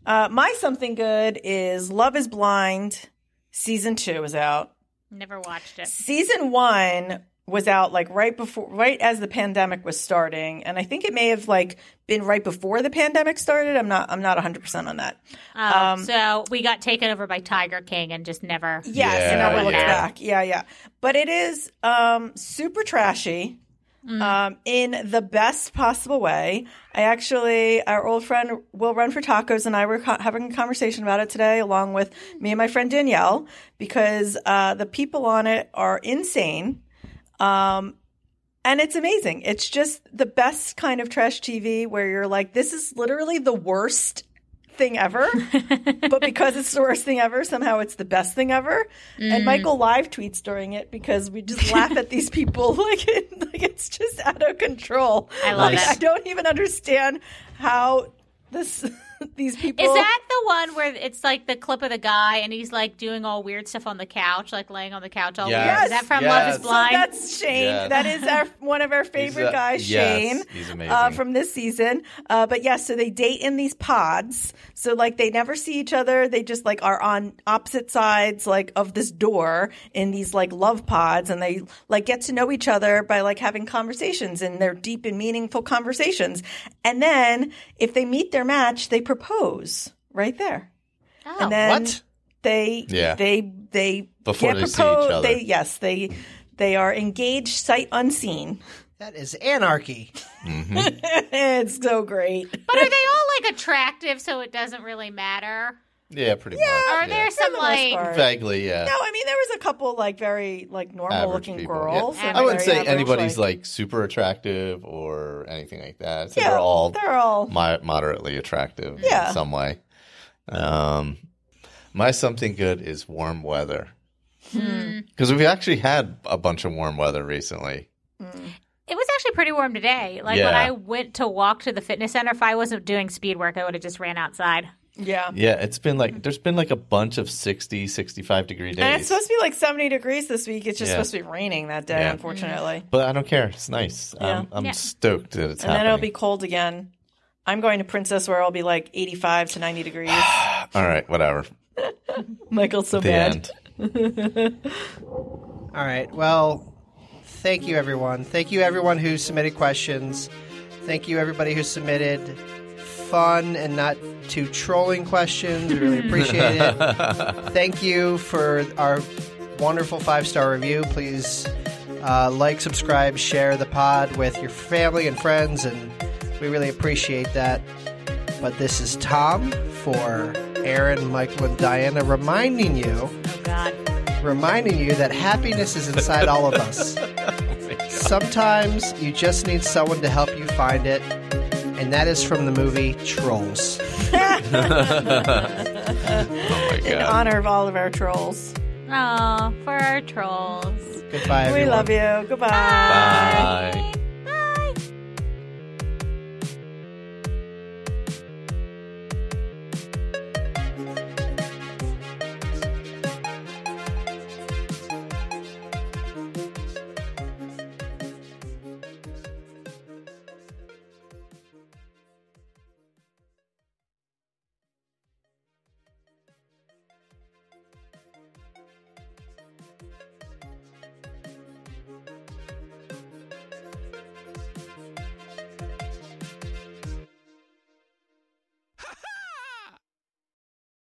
C: Uh, my something good is Love Is Blind season two is out.
D: Never watched it.
C: Season one was out like right before, right as the pandemic was starting, and I think it may have like been right before the pandemic started. I'm not, I'm not 100 percent on that.
D: Um, so we got taken over by Tiger King and just never.
C: Yes,
E: Yeah,
C: and I will look
E: yeah.
C: back. Yeah, yeah. But it is um, super trashy um, in the best possible way. I actually, our old friend Will Run for Tacos and I were co- having a conversation about it today, along with me and my friend Danielle, because uh, the people on it are insane. Um, and it's amazing. It's just the best kind of trash TV where you're like, this is literally the worst
D: [laughs]
C: thing ever. but because it's the worst thing ever, somehow it's the best thing ever.
D: Mm.
C: And Michael live tweets during it because we just laugh
D: [laughs]
C: at these people [laughs] like, it, like it's just out of control.
D: I love
C: Like,
D: it.
C: I don't even understand how this [laughs] these people
D: Is that the one where it's like the clip of the guy and he's like doing all weird stuff on the couch, like laying on the couch all
E: Yes.
D: weird? Is that from Love
E: Yes.
D: is Blind?
C: So that's Shane.
E: Yes.
C: That is our one of our favorite
E: He's a-
C: guys,
E: yes,
C: Shane,
E: he's
C: Uh,
E: amazing.
C: from this season. Uh, but yes, so they date in these pods. So like they never see each other. They just like are on opposite sides like of this door in these like love pods, and they like get to know each other by like having conversations, and they're deep and meaningful conversations. And then if they meet their match, they propose right there.
D: oh.
C: And then
B: What?
C: they
E: Yeah.
C: they they
E: Before
C: get
E: they see each
C: proposed.
E: other.
C: They yes, they they are engaged sight unseen. [laughs]
B: That is anarchy.
C: it's so great.
D: but are they all like attractive so it doesn't really matter?
E: Yeah, pretty much.
D: Are
E: yeah.
D: there some
C: the most
D: like.
C: part.
E: Vaguely, yeah.
C: No, I mean there was a couple like very like normal
E: Average
C: looking
E: people.
C: girls.
E: Yeah.
C: and
E: I wouldn't
C: very
E: say
C: average,
E: anybody's like, super attractive or anything like that. So
C: yeah,
E: they're all
C: they're all
E: mi- moderately attractive
C: Yeah.
E: in some way. Um, my something good is warm weather
D: hmm.
E: because we've actually had a bunch of warm weather recently.
D: It was actually pretty warm today. Like when
E: Yeah.
D: I went to walk to the fitness center, if I wasn't doing speed work, I would have just ran outside.
C: yeah.
E: Yeah, it's been like there's been like a bunch of 60, 65 degree days.
C: And it's supposed to be like 70 degrees this week. It's just
E: Yeah.
C: supposed to be raining that day,
E: Yeah.
C: unfortunately.
E: but I don't care. It's nice. Um, I'm
D: Yeah.
E: stoked that it's
C: And then
E: happening.
C: it'll be cold again. I'm going to Princess where it'll be like 85 to
E: [sighs]
C: 90 degrees.
E: All right, whatever.
C: Michael's so
E: The
C: bad.
E: end.
B: All right. Well, thank you, everyone. Thank you, everyone who submitted questions. Thank you, everybody who submitted fun and not too trolling questions. We really appreciate it. Thank you for our wonderful five star review. Please uh, like, subscribe, share the pod with your family and friends, and we really appreciate that. But this is Tom for Aaron, Michael, and Diana reminding you
D: Oh, God.
B: reminding you that happiness is inside all of us. Sometimes you just need someone to help you find it, and that is from the movie Trolls.
E: Oh my
C: In
E: god.
C: honor of all of our trolls.
D: Oh, for our trolls.
B: Goodbye,
C: We
B: everyone.
C: love you. Goodbye.
E: Bye.